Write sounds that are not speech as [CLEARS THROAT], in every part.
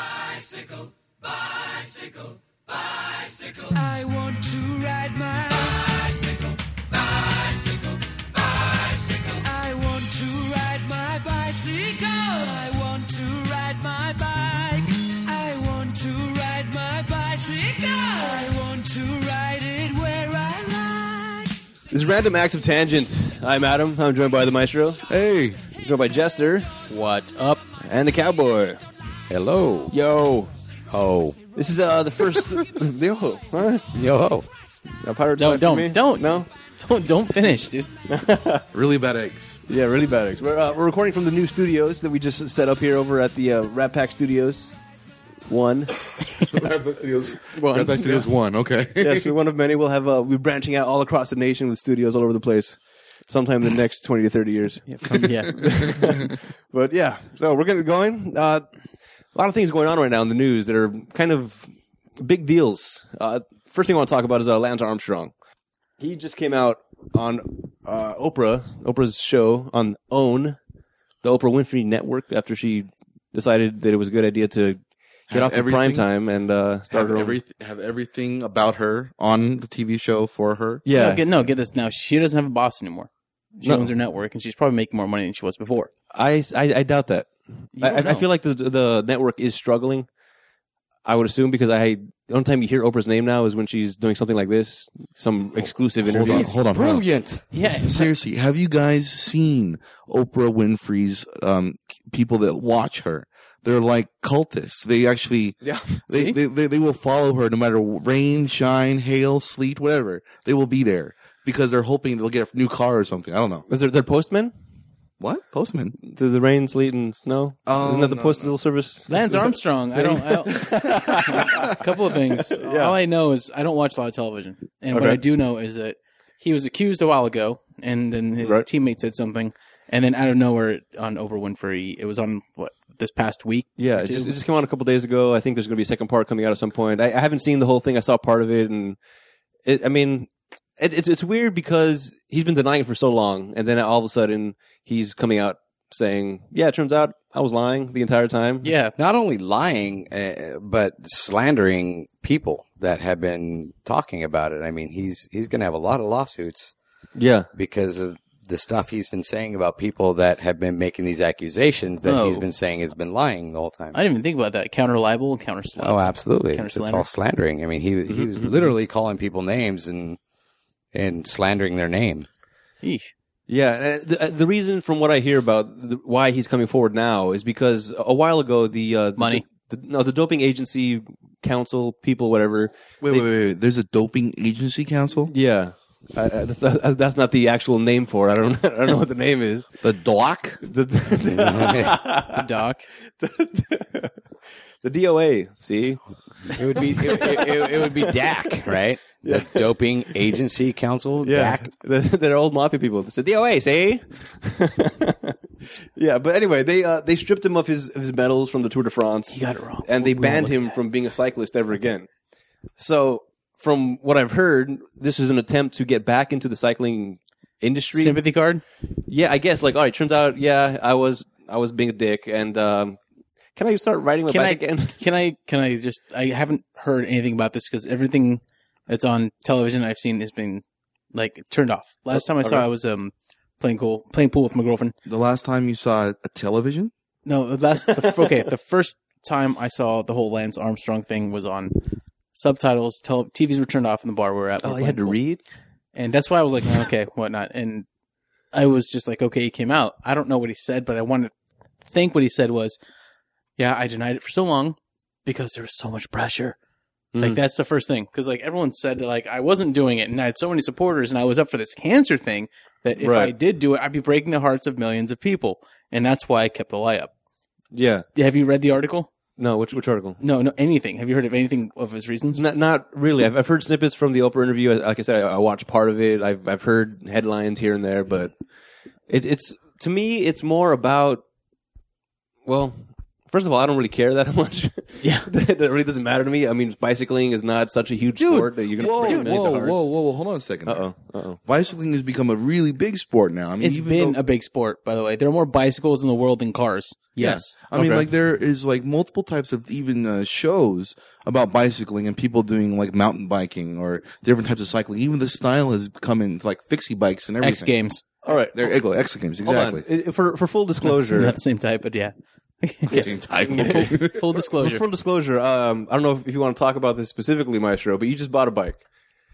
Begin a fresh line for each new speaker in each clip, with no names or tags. bicycle, bicycle, bicycle. I want to ride my bicycle, bicycle, bicycle. I want to ride my bicycle. I want to ride my bike. I want to ride my bicycle. I want to ride it where I like.
This is Random Acts of Tangent. I'm Adam. I'm joined by the Maestro.
Hey,
I'm joined by Jester
What up?
and the Cowboy.
Hello.
Yo,
Oh.
this is uh, the first. [LAUGHS] Yo, all right.
Yo.
Now, Pirate
No,
time for
don't,
me?
don't.
No.
Don't don't finish, dude.
really bad eggs.
Yeah, really bad. We're, uh, we're recording from the new studios that we just set up here over at the uh, Rat Pack Studios.
[LAUGHS]
One.
Red Back Studios
One.
one. Red Back Studios one. Okay.
yes, we're one of many. We'll have uh, we're branching out all across the nation with studios all over the place. Sometime in the next twenty to thirty years.
Yeah. From, [LAUGHS] yeah.
But yeah, so we're getting going. Uh, a lot of things going on right now in the news that are kind of big deals. Uh, first thing I want to talk about is uh, Lance Armstrong. He just came out on uh, Oprah, Oprah's show on OWN, the Oprah Winfrey Network, after she decided that it was a good idea to get
Have
off of prime
everything-
time and uh, start
Have,
her own.
every, have everything about her on the TV show for her.
yeah,
No, get, no, get this now. She doesn't have a boss anymore. She
No.
owns her network, and she's probably making more money than she was before.
I, I, I doubt that. I,
don't
I- I
know.
feel like the the network is struggling. I would assume because I the only time you hear Oprah's name now is when she's doing something like this, some exclusive
Hold
interview.
on, hold on. hold on.
Brilliant.
[LAUGHS]
Yeah.
Seriously, have you guys seen Oprah Winfrey's um, people that watch her? They're like cultists. They actually,
Yeah.
they,
See?
they, they, they will follow her no matter rain, shine, hail, sleet, whatever. They will be there because they're hoping they'll get a new car or something. I don't know.
Is there their postman?
What? Postman?
Does the rain, sleet, and snow?
Oh,
Isn't that the
no,
postal service?
Lance Armstrong. I don't. I don't-
[LAUGHS]
a couple of things. All I know is I don't watch a lot of television, and what
Okay.
I do know is that he was accused a while ago, and then his
Right.
teammate said something, and then out of nowhere on Oprah Winfrey, it was on what this past week.
Yeah, it just, it just came out a couple days ago. I think there's going to be a second part coming out at some point. I, I haven't seen the whole thing. I saw part of it, and it, I mean, it, it's it's weird because he's been denying it for so long, and then all of a sudden he's coming out saying, "Yeah, it turns out I was lying the entire time."
Yeah,
Not only lying, uh, but slandering people that have been talking about it. I mean, he's he's going to have a lot of lawsuits
yeah.
because of the stuff he's been saying about people that have been making these accusations that he's
Oh.
been saying has been lying the whole time.
I didn't even think about that. Counter libel and counter slap.
oh, absolutely.
Counter
It's, it's
slander.
all slandering. I mean, he he was literally calling people names and and slandering their name.
Eesh.
Yeah, uh, the, uh, the reason, from what I hear about the, why he's coming forward now, is because a while ago the, uh, the
Money.
the, no, the doping agency council people, whatever.
Wait, wait, wait, wait. There's a doping agency council?
Yeah, I, I, that's, that's not the actual name for it. I don't, [LAUGHS] I don't know what the name is.
The
[LAUGHS]
DOC?
The, the,
The
[LAUGHS]
doc.
the, DOA. See,
It would be it, it, it, it would be DAC, right? The Doping Agency Council. DAC.
The, they're old mafia people. It's the DOA. See, [LAUGHS] yeah. But anyway, they uh, they stripped him of his of his medals from the Tour de France.
He got it wrong.
and they
We- we all
banned
look at
him from being a cyclist ever again. So, from what I've heard, this is an attempt to get back into the cycling industry.
Sympathy card.
Yeah, I guess. Like, all right, turns out, yeah, I was I was being a dick, and um, can I start riding my
Can I
bike
[LAUGHS]
again?
Can I? Can I just? I haven't heard anything about this because everything that's on television I've seen has been like turned off. Last time I saw,
okay.
I was um playing pool, playing pool with my girlfriend.
The last time you saw a television?
No, the last. The, f- okay, the first time I saw the whole Lance Armstrong thing was on subtitles. Tele- TVs were turned off in the bar we were at. We were
Oh, I
playing
had to
pool.
read.
and that's why I was like, okay, whatnot. And I was just like, okay, he came out. I don't know what he said, but I want to think what he said was, yeah, I denied it for so long because there was so much pressure.
Hmm.
Like
Mhm.
that's the first thing because like everyone said that, like I wasn't doing it, and I had so many supporters, and I was up for this cancer thing that if I
Right.
did do it, I'd be breaking the hearts of millions of people, and that's why I kept the lie up.
Yeah.
Have you read the article?
No. Which which article?
No, no, anything. Have you heard of anything of his reasons?
Not, not really. I've, I've heard snippets from the Oprah interview. Like I said, I, I watched part of it. I've I've heard headlines here and there, but it, it's to me, it's more about well, First of all, I don't really care that [LAUGHS] much.
Yeah.
that that really doesn't matter to me. I mean, bicycling is not such a huge sport that you're going
Whoa,
to
whoa, whoa, whoa, whoa! Hold on a second.
Uh
there.
oh. Uh oh.
Bicycling has become a really big sport now. I mean,
It's
even
been
though-
a big sport, by the way. There are more bicycles in the world than cars. Yes.
I mean,
Okay.
like there is like multiple types of even uh, shows about bicycling and people doing like mountain biking or different types of cycling. Even the style has come in like fixie bikes and everything.
X Games.
All right.
There you go. X Games. Exactly.
Hold on. I- For for full disclosure,
Not the same type, but yeah.
Same type. Okay.
[LAUGHS] Full, full
for
disclosure.
full disclosure, um, I don't know if, if you want to talk about this specifically, Maestro, but you just bought a bike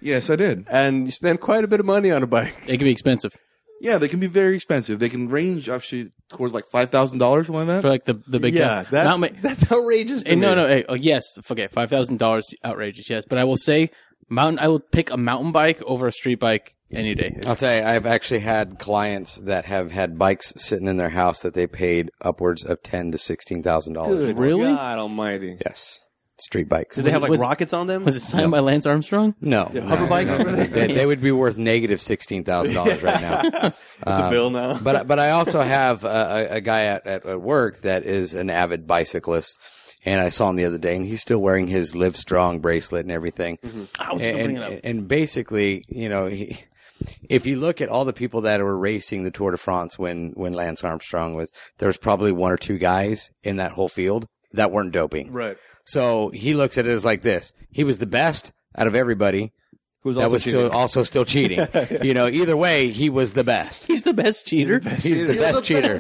yes, I did.
and you spent quite a bit of money on a bike.
It can be expensive.
Yeah, they can be very expensive. They can range actually towards like five thousand dollars, something like
For
that.
like the, the big
yeah,
guy.
that's
Not ma-
that's outrageous. To
Hey, no,
me.
no. Hey, oh, yes. Okay. Five thousand dollars, outrageous. Yes, but I will say mountain. I will pick a mountain bike over a street bike any day.
I'll tell you, I've actually had clients that have had bikes sitting in their house that they paid upwards of ten to sixteen thousand dollars.
Good
Really?
Oh, God Almighty!
Yes, street bikes.
Did they have like
was it-
rockets on them?
Was it signed by Lance Armstrong?
no
hover
no,
[LAUGHS]
bikes?
no. they, they would be worth negative sixteen thousand dollars
[LAUGHS]
right now.
It's a bill now.
but but I also have a, a, a guy at, at, at work that is an avid bicyclist, and I saw him the other day, and he's still wearing his Live Strong bracelet and everything.
I was gonna bring
And,
it up.
and, and basically, you know, he, if you look at all the people that were racing the Tour de France when when Lance Armstrong was, there was probably one or two guys in that whole field that weren't doping.
right.
So he looks at it as like this: he was the best out of everybody.
Who's
That was still
cheating.
also still cheating. You know, either way, he was the best.
He's the best cheater.
He's the best cheater.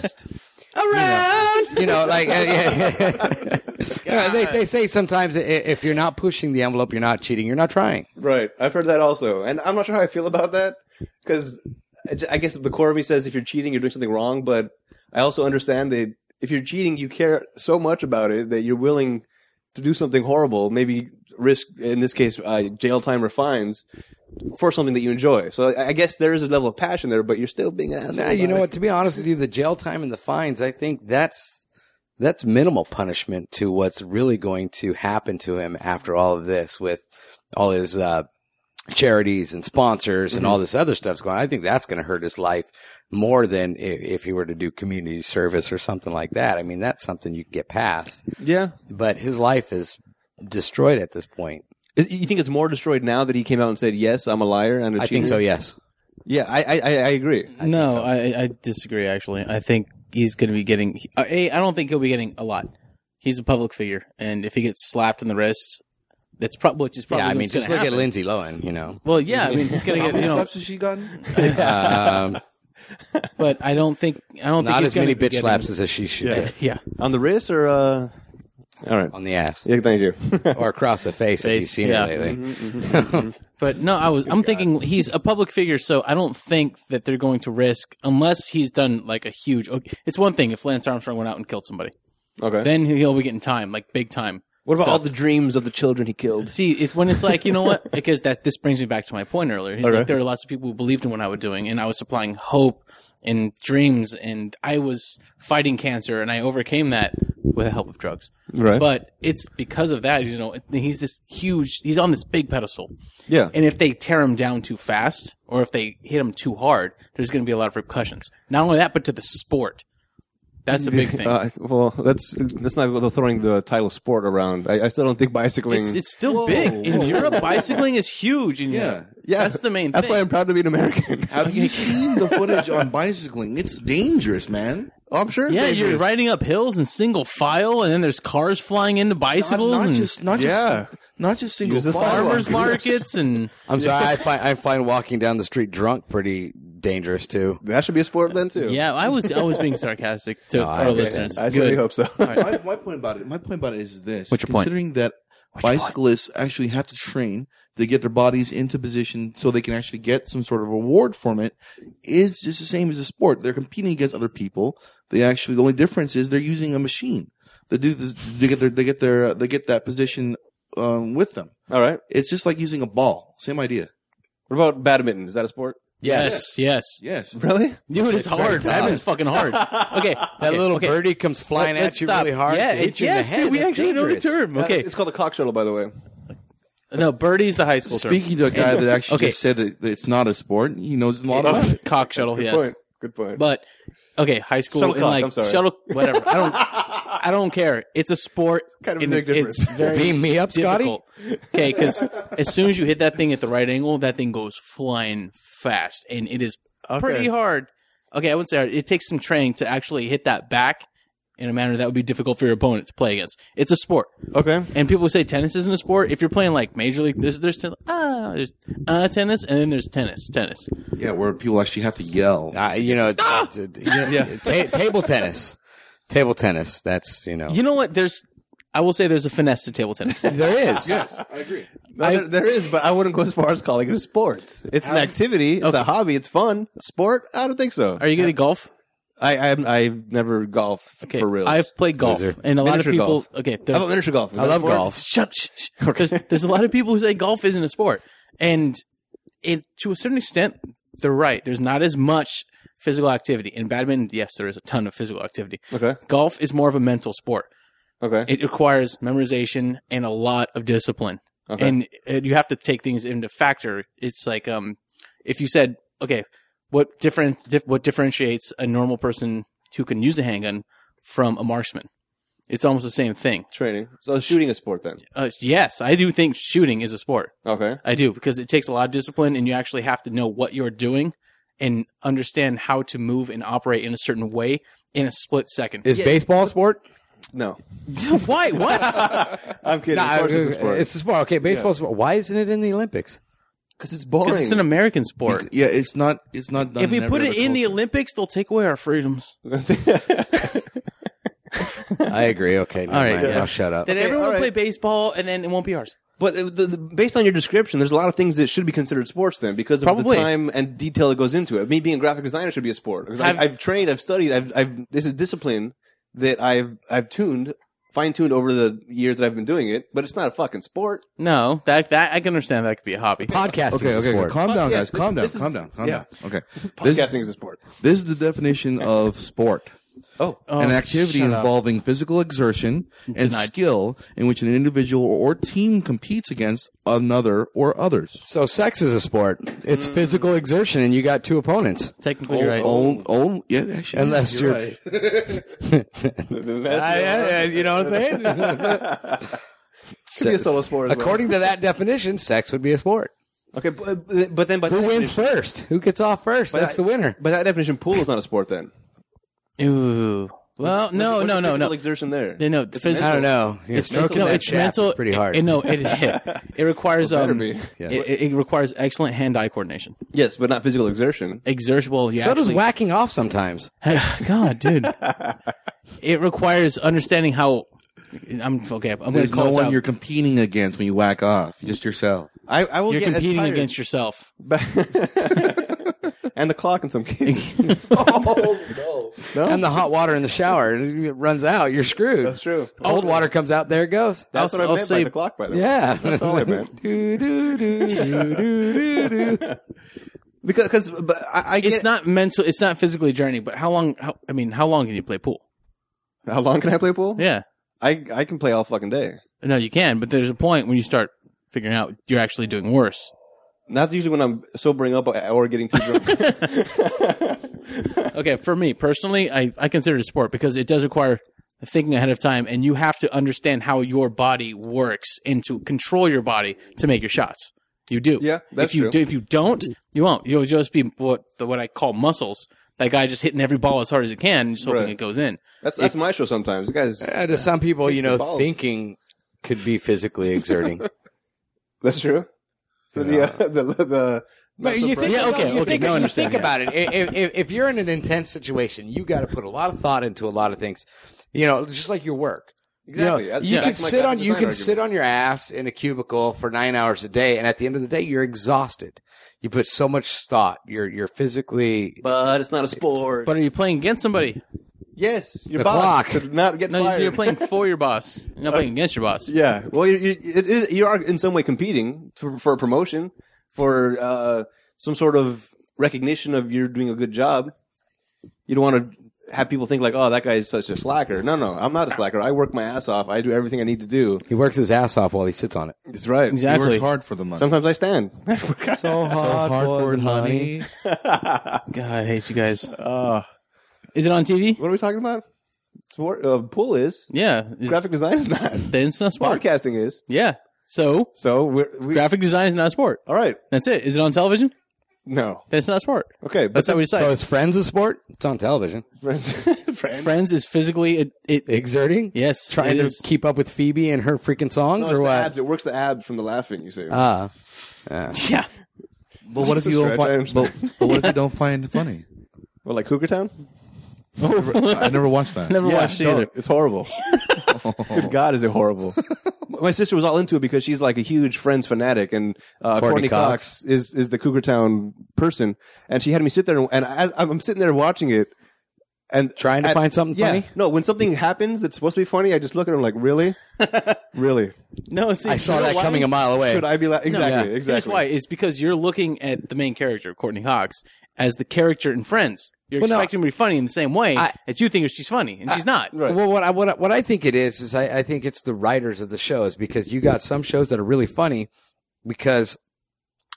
Around. You know, like, uh, yeah. Yeah, they, they say sometimes i- if you're not pushing the envelope, you're not cheating, you're not trying.
Right. I've heard that also. And I'm not sure how I feel about that because I guess the core of me says if you're cheating, you're doing something wrong. But I also understand that if you're cheating, you care so much about it that you're willing to do something horrible, maybe risk, in this case, uh, jail time or fines for something that you enjoy. So I, I guess there is a level of passion there, but you're still being an asshole.
Now, you
about
know
it.
what? To be honest with you, the jail time and the fines, I think that's that's minimal punishment to what's really going to happen to him after all of this, with all his uh, charities and sponsors and all this other stuff's going. on. I think that's going to hurt his life more than if, if he were to do community service or something like that. I mean, that's something you can get past,
Yeah.
but his life is destroyed at this point.
Is- You think it's more destroyed now that he came out and said, yes, I'm a liar and a
I
cheater?
think so. Yes.
Yeah, I, I, I I agree.
no, I, I disagree. Actually, I think he's going to be getting. he- uh, A, I don't think he'll be getting a lot. He's a public figure, and if he gets slapped in the wrist, that's probably which is probably
Yeah. I mean,
what's
just
gonna
look at
happen.
Lindsay Lohan. You
[LAUGHS]
know,
Well, yeah, I mean, he's
[LAUGHS]
going to
How
get you
many
know,
slaps has she gotten?
um,
but I don't think I don't think
not
he's
as many
gonna be
bitch
getting-
slaps as she should
Yeah.
get.
Yeah,
On the wrist or, uh, all right.
on the ass
Yeah, thank you. [LAUGHS]
or across the face, if you've
Face,
seen
yeah. Mm-hmm.
her lately.
But no, I was. I'm thinking he's a public figure, so I don't think that they're going to risk unless he's done like a huge. okay, It's one thing if Lance Armstrong went out and killed somebody,
okay.
then he'll be getting time, like big time.
What about
stuff.
all the dreams of the children he killed?
See, it's when it's like you know what? Because that this brings me back to my point earlier. He's
Okay.
like there are lots of people who believed in what I was doing, and I was supplying hope and dreams, and I was fighting cancer, and I overcame that with the help of drugs.
Right.
But it's because of that, you know, he's this huge. He's on this big pedestal.
Yeah.
And if they tear him down too fast or if they hit him too hard, there's going to be a lot of repercussions. Not only that, but to the sport. That's
[LAUGHS]
a big thing.
Uh, well, that's that's not well, throwing the title sport around. I, I still don't think bicycling.
it's, it's still big. In Europe, bicycling is huge. In
Yeah.
Europe.
yeah,
That's the main
That's
thing. Oh,
why I'm proud to be an
[LAUGHS]
American.
Have you seen the footage on bicycling? It's dangerous, man.
Oh, I'm sure.
yeah,
they-
you're riding up hills in single file, and then there's cars flying into bicycles
not
and
just not
Yeah.
just not just single
Use the
file.
farmers markets and
I'm sorry, I find I find walking down the street drunk pretty dangerous too.
that should be a sport then too.
yeah. I was I was being sarcastic to
I
our
understand.
listeners.
I
Good.
certainly hope so.
my, my point about it. My point about it is this:
What's your point?
considering that bicyclists actually have to train to get their bodies into position so they can actually get some sort of reward from it, is just the same as a sport. They're competing against other people. They actually the only difference is they're using a machine. They do this. They get their. They get their. They get that position um, with them.
[LAUGHS] all right.
It's just like using a ball. Same idea.
What about badminton? Is that a sport?
Yes, yes,
Yes.
[LAUGHS] Really?
dude, it's, hard. Badminton's fucking hard. Okay,
That little
okay.
birdie comes flying
Let's
at you
stop.
really hard.
Yeah,
to hit you
yes,
in the head.
we
That's
actually know the
dangerous.
term. Okay,
It's called a cock shuttle, by the way.
[LAUGHS] no, birdie's the high school term.
Speaking to a guy that actually
Okay.
just said that that it's not a sport, he knows a lot
It's
about it.
cock shuttle.
Good
Yes,
point. Good point.
But okay, high school and
Shuttlecock,
like
I'm sorry.
shuttle, whatever. I don't, I don't care. It's a sport.
kind of a
and
big
it's-
difference.
It's very
Beam me up, Scotty.
difficult. Okay, because as soon as you hit that thing at the right angle, that thing goes flying fast, and it is pretty hard. Okay, I wouldn't say hard. it takes some training to actually hit that back in a manner that would be difficult for your opponent to play against. It's a sport,
[LAUGHS] okay.
and people say tennis isn't a sport. If you're playing like major league, there's there's ten, ah there's uh, tennis, and then there's tennis, tennis.
Yeah, where people actually have to yell.
Uh, you know, t- t- ta- table tennis, table tennis. That's you know,
You know what? There's I will say there's a finesse to
[LAUGHS]
table tennis.
there is.
I agree.
No, there, there is, but I wouldn't go as far as calling it a sport. It's an activity. It's a hobby. It's fun. Sport? I don't think so.
Are you good at golf?
I, I I've never golfed
Okay,
for real.
I've played golf,
Loser.
and a lot of
Miniature
people.
golf.
Okay,
How
there-
about miniature golf? Is
I
that a
love
sport?
golf.
Shut, shh,
[LAUGHS]
shh. 'Cause there's a lot of people who say golf isn't a sport, and it to a certain extent they're right. There's not as much physical activity in badminton. Yes, there is a ton of physical activity.
Okay.
Golf is more of a mental sport.
Okay.
It requires memorization and a lot of discipline,
Okay.
and uh, you have to take things into factor. It's like um, if you said, okay, what different dif- what differentiates a normal person who can use a handgun from a marksman? It's almost the same thing.
Training. So is shooting a sport then?
Uh, yes, I do think shooting is a sport.
Okay.
I do because it takes a lot of discipline, and you actually have to know what you're doing and understand how to move and operate in a certain way in a split second. [LAUGHS]
Is baseball a sport?
No.
why? What?
I'm kidding. of course it's a sport.
uh, It's a sport. Okay, baseball. Sport. Why isn't it in the Olympics?
because it's
Because
boring.
it's an American sport.
Yeah, it's not. It's not done.
If we
in every
put
other
it in the
culture.
Olympics, they'll take away our freedoms.
[LAUGHS]
I agree. Okay, never
All right,
mind.
yeah.
I'll shut up.
Then everyone
all
will
right.
play baseball, and then it won't be ours.
but uh, the, the, based on your description, there's a lot of things that should be considered sports then because of
Probably.
the time and detail that goes into it. Me being a graphic designer should be a sport because I've,
I've-
I've trained, I've studied, I've, I've this is discipline that I've I've tuned, fine tuned over the years that I've been doing it. But it's not a fucking sport.
No, that that I can understand. That could be a hobby.
Podcasting
Okay,
is a
okay,
sport.
okay. Calm down,
yeah,
guys.
this-
Calm down.
this is-
Calm down. Calm
yeah.
down. Okay. This,
Podcasting is a [LAUGHS] sport.
this is the definition of sport.
Oh,
Oh,
an activity
shut up.
involving physical exertion and
Denied.
skill in which an individual or team competes against another or others.
So sex is a sport. It's physical exertion, and you got two opponents.
Technically, you're right.
Own, own, yeah, actually,
Unless you're, you know what [LAUGHS] I'm saying.
could be a solo sport. as well.
According to that definition, sex would be a sport.
okay, but, but then by
Who
that
wins
definition-
first? Who gets off first? That's
I-
the winner.
By that definition, pool is not a sport then.
Ooh. Well, [LAUGHS] no,
What's the
no, no,
physical
no.
Exertion there.
No, no, the physical-
I don't know. You know,
It's
stroking
mental-
that
it's
shaft
mental.
is pretty hard.
It, no, it it requires
better
um,
be.
it, it requires excellent hand-eye coordination.
Yes, but not physical exertion.
Exertion. Well, you
so does
actually,
whacking off sometimes.
God, dude. it requires understanding how. I'm okay. I'm going to
there's
call
no
this
one
out.
you're
You're,
competing against when you whack off, just yourself.
[LAUGHS] I, I will get as
competing
tired-
against yourself.
and the clock in some cases. Oh,
And the hot water in the shower it runs out. You're screwed.
That's true.
Cold water comes out. There it goes.
That's
[LAUGHS]
what
I'll-
I
I'll
meant by
say-
the clock. By the way,
yeah.
that's all I meant.
[LAUGHS] do, do, do, do, do, do, do.
Because cause, but I, I
It's
get
not mental. It's not physically draining. But how long? How, I mean, how long can you play pool?
how long can I play pool?
Yeah.
I I can play all fucking day.
No, you can. But there's a point when you start figuring out you're actually doing worse.
That's usually when I'm sobering up or getting too
[LAUGHS]
drunk.
Okay, for me personally, I, I consider it a sport because it does require thinking ahead of time, and you have to understand how your body works and to control your body to make your shots. You do.
Yeah, that's
if you
true.
Do, if you don't, you won't. You'll just be what the, what I call muscles. That guy just hitting every ball as hard as he can and just hoping
Right.
it goes in.
that's that's my show sometimes. You guys,
Uh, to some people, you
the
know,
balls.
thinking could be physically
[LAUGHS]
exerting.
that's true. For the uh, [LAUGHS] the the.
But you think,
Yeah,
no,
okay,
you
okay,
think,
now I
you
understand,
think about it. I- If, if, if you're in an intense situation, you got to put a lot of thought into a lot of things. You know, just like your work.
Exactly.
You, know,
That's-
you
yeah,
can
that's my
sit on
graphic
you
design
can sit on your ass in a cubicle for nine hours a day, and at the end of the day, you're exhausted. You put so much thought. You're you're physically.
but it's not a sport.
But are you playing against somebody?
yes, your
The
boss
clock.
could not get
No,
fired.
you're
[LAUGHS]
playing for your boss. You're not playing against your boss.
Yeah. Well, you you it is, you are in some way competing to, for a promotion, for uh, some sort of recognition of you're doing a good job. You don't want to have people think like, oh, that guy's such a slacker. No, no, I'm not a slacker. I work my ass off. I do everything I need to do.
He works his ass off while he sits on it.
That's right.
He works
Exactly.
hard for the money.
Sometimes I stand.
So hard,
for the money.
God, I hate you guys.
Uh,
Is it on TV?
what are we talking about? Sport, uh, pool is
Yeah. Is-
graphic design is [LAUGHS] not.
then it's not sport.
Podcasting is.
Yeah. So
So we're we,
graphic design is not a sport.
all right.
That's it. Is it on television?
No.
Then it's not a sport.
Okay, but
That's how we decide.
So is Friends a sport? It's on television.
[LAUGHS] friends, friends.
Friends is physically it. it,
Exerting?
yes.
Trying
it
to
is.
keep up with Phoebe and her freaking
No,
songs
it's
or
the
what?
abs. It works the abs from the laughing. You see.
Ah.
[LAUGHS] Yeah.
But what if
a
you don't
stretch, I
find? But,
understand.
but what if you don't find it
[LAUGHS]
funny?
well, like Cougar Town.
I never watched that.
Never
Yeah,
watched it
don't.
either.
It's [LAUGHS] horrible. Good God, is it [LAUGHS] horrible? My sister was all into it because she's like a huge Friends fanatic, and uh, Courtney,
Courtney
Cox. is is the Cougar Town person, and she had me sit there, and, and I, I'm sitting there watching it, and
Trying to
and-
find something
yeah,
funny?
No, when something happens that's supposed to be funny, I just look at her and I'm like, [LAUGHS] really, really?
No, see,
I saw that coming a mile away.
Should I be la- exactly?
yeah.
Exactly.
Here's why: is because you're looking at the main character, Courtney Cox, as the character in Friends. You're
Well, no,
expecting her to be funny in the same way
I-
as you think she's funny, and she's not.
Right.
Well, what I, what I, what I think it is is I, I think it's the writers of the shows because you got some shows that are really funny because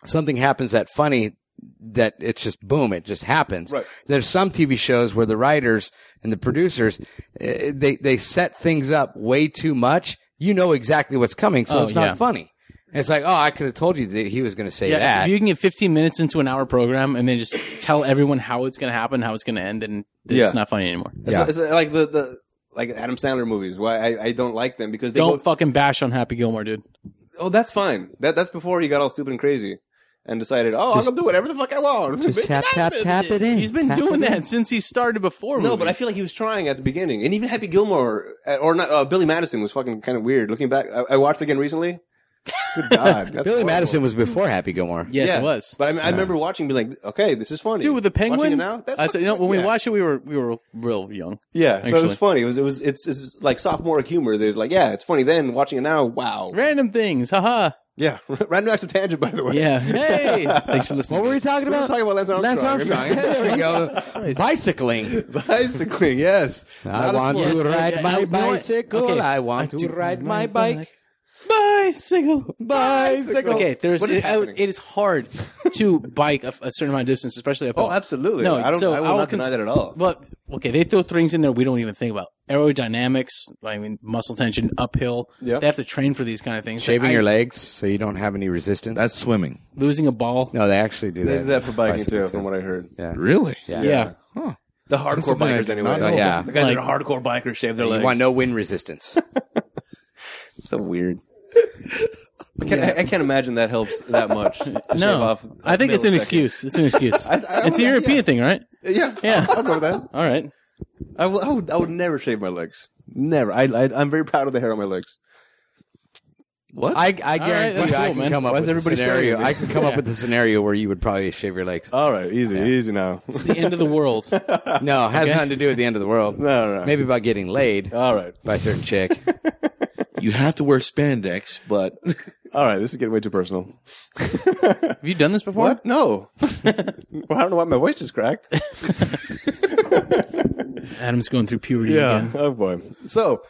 something happens that funny that it's just boom, it just happens.
Right.
There's some TV shows where the writers and the producers eh, they they set things up way too much. You know exactly what's coming, so
Oh,
it's not
yeah.
funny. It's like, oh, I could have told you that he was going to say
Yeah,
that.
if you can get 15 minutes into an hour program and then just tell everyone how it's going to happen, how it's going to end, and it's
Yeah.
not funny anymore.
It's,
Yeah.
it's uh, like the the like Adam Sandler movies. Why I, I don't like them because they
Don't
go-
fucking bash on Happy Gilmore, dude.
Oh, that's fine. That that's before he got all stupid and crazy and decided, oh, I'm gonna do whatever the fuck I want. [LAUGHS] Bitch, I did it.
in.
He's been
Tap
doing
it in.
that since he started before.
No, but I feel like he was trying at the beginning, and even Happy Gilmore uh, or not, uh, Billy Madison was fucking kind of weird. Looking back, I, I watched it again recently.
[LAUGHS]
Good God, that's
Billy
horrible.
Madison was before Happy Gilmore.
yes,
Yeah.
it was.
But I, I remember watching, being like, okay, this is funny.
Dude, with the penguin,
Watching it now, that's
I said, you know, when
yeah.
we watched it, we were we were real young.
yeah. So it was
actually.
funny. It was, it was, it's, it's like sophomoric humor. They're like, yeah, it's funny then. Watching it now, wow.
Random things, haha.
Yeah, [LAUGHS] random acts of tangent, by the way.
Yeah. [LAUGHS] Hey, thanks for listening.
What were we talking
we were [LAUGHS]
about?
talking about Lance Armstrong. [LAUGHS]
Lance Armstrong.
Everything.
there we go. Bicycling. [LAUGHS]
Bicycling, yes.
I
Not a
want
sport.
to
Yes, I-
ride
I-
my
you know what?
bicycle.
Okay.
I want
I
to
do
ride
ride
my
my
bike.
bicycle,
Bicycle.
bicycle. Okay, there's
What is
it, I would-
happening?
it is hard to bike a, a certain amount of distance, especially up.
Oh, absolutely. I don't- I will not deny that at all.
But okay, they throw things in there we don't even think about aerodynamics. I mean, muscle tension uphill.
Yep.
they have to train for these kind of things.
Shaving
I-
your legs so you don't have any resistance.
That's swimming.
losing a ball.
no, they actually do
They
that.
did that for biking too,
Bicycle
from what I heard.
Really?
Yeah.
Yeah.
The
That's
hardcore
something I
bikers,
did
anyway.
not know.
Yeah.
the guys that are hardcore bikers shave their legs.
You want no wind resistance.
So weird. I can't, I, I can't imagine that helps that much. to shave
[LAUGHS] No,
off
I think it's an
millisecond.
excuse. It's an
[LAUGHS]
excuse.
I
it's a
would-
European
yeah.
thing, right?
Yeah,
Yeah.
I'll go with that.
All right.
I will- I would, I would never shave my legs. Never. I, I, I'm very proud of the hair on my legs.
What?
I, I guarantee
that's
you, I
cool,
can
man.
come up
Why is
with a
everybody staring
scenario.
at Uh, me?
I can come up with a scenario where you would probably shave your legs.
All right, easy, easy now. [LAUGHS]
The end of the world.
no, it has
okay.
nothing to do with the end of the world.
No, Uh, no.
Maybe about getting laid
All right,
by a certain chick.
you have to wear spandex, [LAUGHS] but
all right. This is getting way too personal.
Have you done this before?
What? No. well, I don't know why my voice just cracked.
Adam's going through puberty again.
Oh boy. So,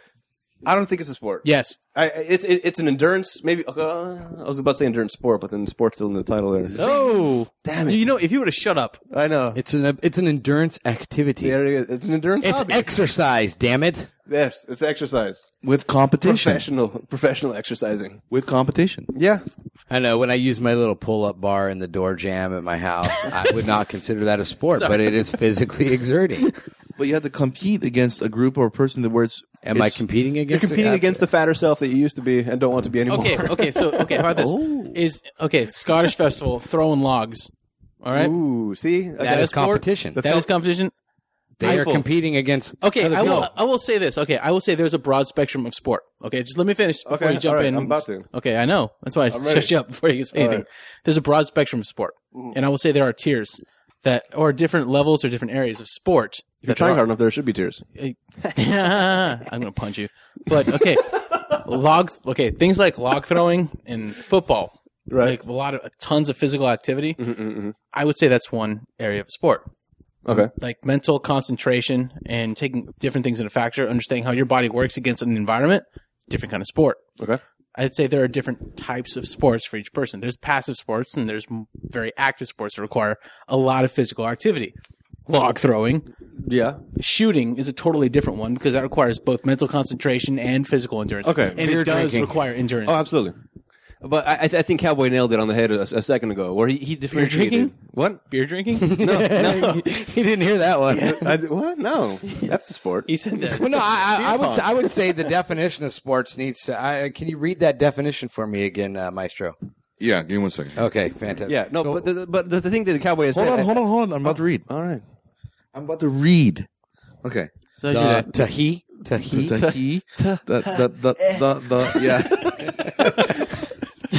I don't think it's a sport.
Yes.
I, it's it, it's an endurance. Maybe uh, I was about to say endurance sport, but then sport's still in the title there.
Oh,
Damn it.
You know, if you would have shut up,
I know.
It's an it's an endurance activity.
There it is. It's an endurance
It's
hobby.
exercise, damn it.
yes, it's exercise.
with competition.
Professional [LAUGHS] professional exercising.
With competition.
Yeah.
I know when I use my little pull-up bar in the door jam at my house, I
[LAUGHS]
would not consider that a sport, but it is physically exerting.
But you have to compete against a group or a person that wears.
Am I
it's-
competing
You're
against?
competing
it?
against the fatter self that you used to be and don't want to be anymore. [LAUGHS]
Okay, okay, so okay, how about this?
Oh.
Is okay, Scottish festival throwing logs. All right.
Ooh, see?
That
a
is
sport?
competition.
That is competition.
They are
Eiffel.
competing against.
Okay,
other
I will
people. [LAUGHS]
I will say this. Okay, I will say there's a broad spectrum of sport. Okay, just let me finish before
Okay,
you jump
all right,
in.
I'm about to.
Okay, I know. That's why I
ready. Mm-hmm.
shut you up before you say anything.
right.
There's a broad spectrum of sport. And I will say there are tiers that or different levels or different areas of sport.
If you're trying hard enough, there should be tears.
[LAUGHS] I'm gonna punch you. But okay, log. Okay, things like log throwing and football.
Right. Mm-hmm.
Like a lot of tons of physical activity. I would say that's one area of sport.
Okay.
like mental concentration and taking different things into factor, understanding how your body works against an environment, different kind of sport.
Okay.
I'd say there are different types of sports for each person. There's passive sports and there's m- very active sports that require a lot of physical activity. Log throwing,
Yeah.
shooting is a totally different one because that requires both mental concentration and physical endurance.
Okay.
and
Beer
it does
drinking.
require endurance.
Oh, absolutely. But I, I th- I think Cowboy nailed it on the head a, a second ago, where he, he differentiated.
drinking?
What?
Beer drinking?
he didn't hear
[LAUGHS]
that one. [LAUGHS]
I, what? No, that's a sport.
he [LAUGHS] said that.
Well, no, I, I, I would
pong.
say, I would say the definition of sports needs to. I, can you read that definition for me again, uh, Maestro?
Yeah, give me one second.
Okay, fantastic.
Yeah, no, but the, but the, the thing that the Cowboy has
Hold
said.
on, hold on, hold on. I'm about to read.
All right.
I'm about to read. Okay.
So I
Uh,
should-
Tahi, Tahi,
The he, the, the, the,
E.
the, the, yeah.
[LAUGHS]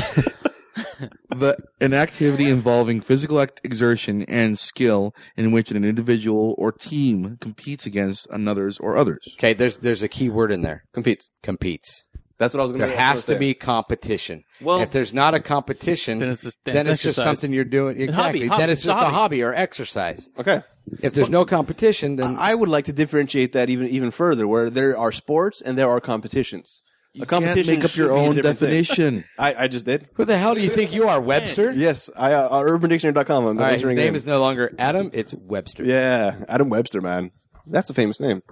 the an activity involving physical act, exertion and skill in which an individual or team competes against another's or others.
Okay, there's there's a key word in there.
Competes.
Competes.
That's what I was going to
There has to be competition.
Well-
if there's not a competition,
Then it's just- then
then
it's
it's just
exercise.
something you're doing.
hobby,
Exactly.
hobby,
then
it's
it's
a
just a hobby.
hobby.
or exercise.
Okay.
If there's no competition, then
I would like to differentiate that even even further, where there are sports and there are competitions. a competition
Can't make up
should
your
be a
own
different thing.
definition.
[LAUGHS] I, I just did.
who the hell do you think you are, Webster?
Yes, I uh, uh, UrbanDictionary.com. I'm
All right, his
entering it
name
in.
is no longer Adam. It's Webster.
yeah Adam Webster, man. That's a famous name.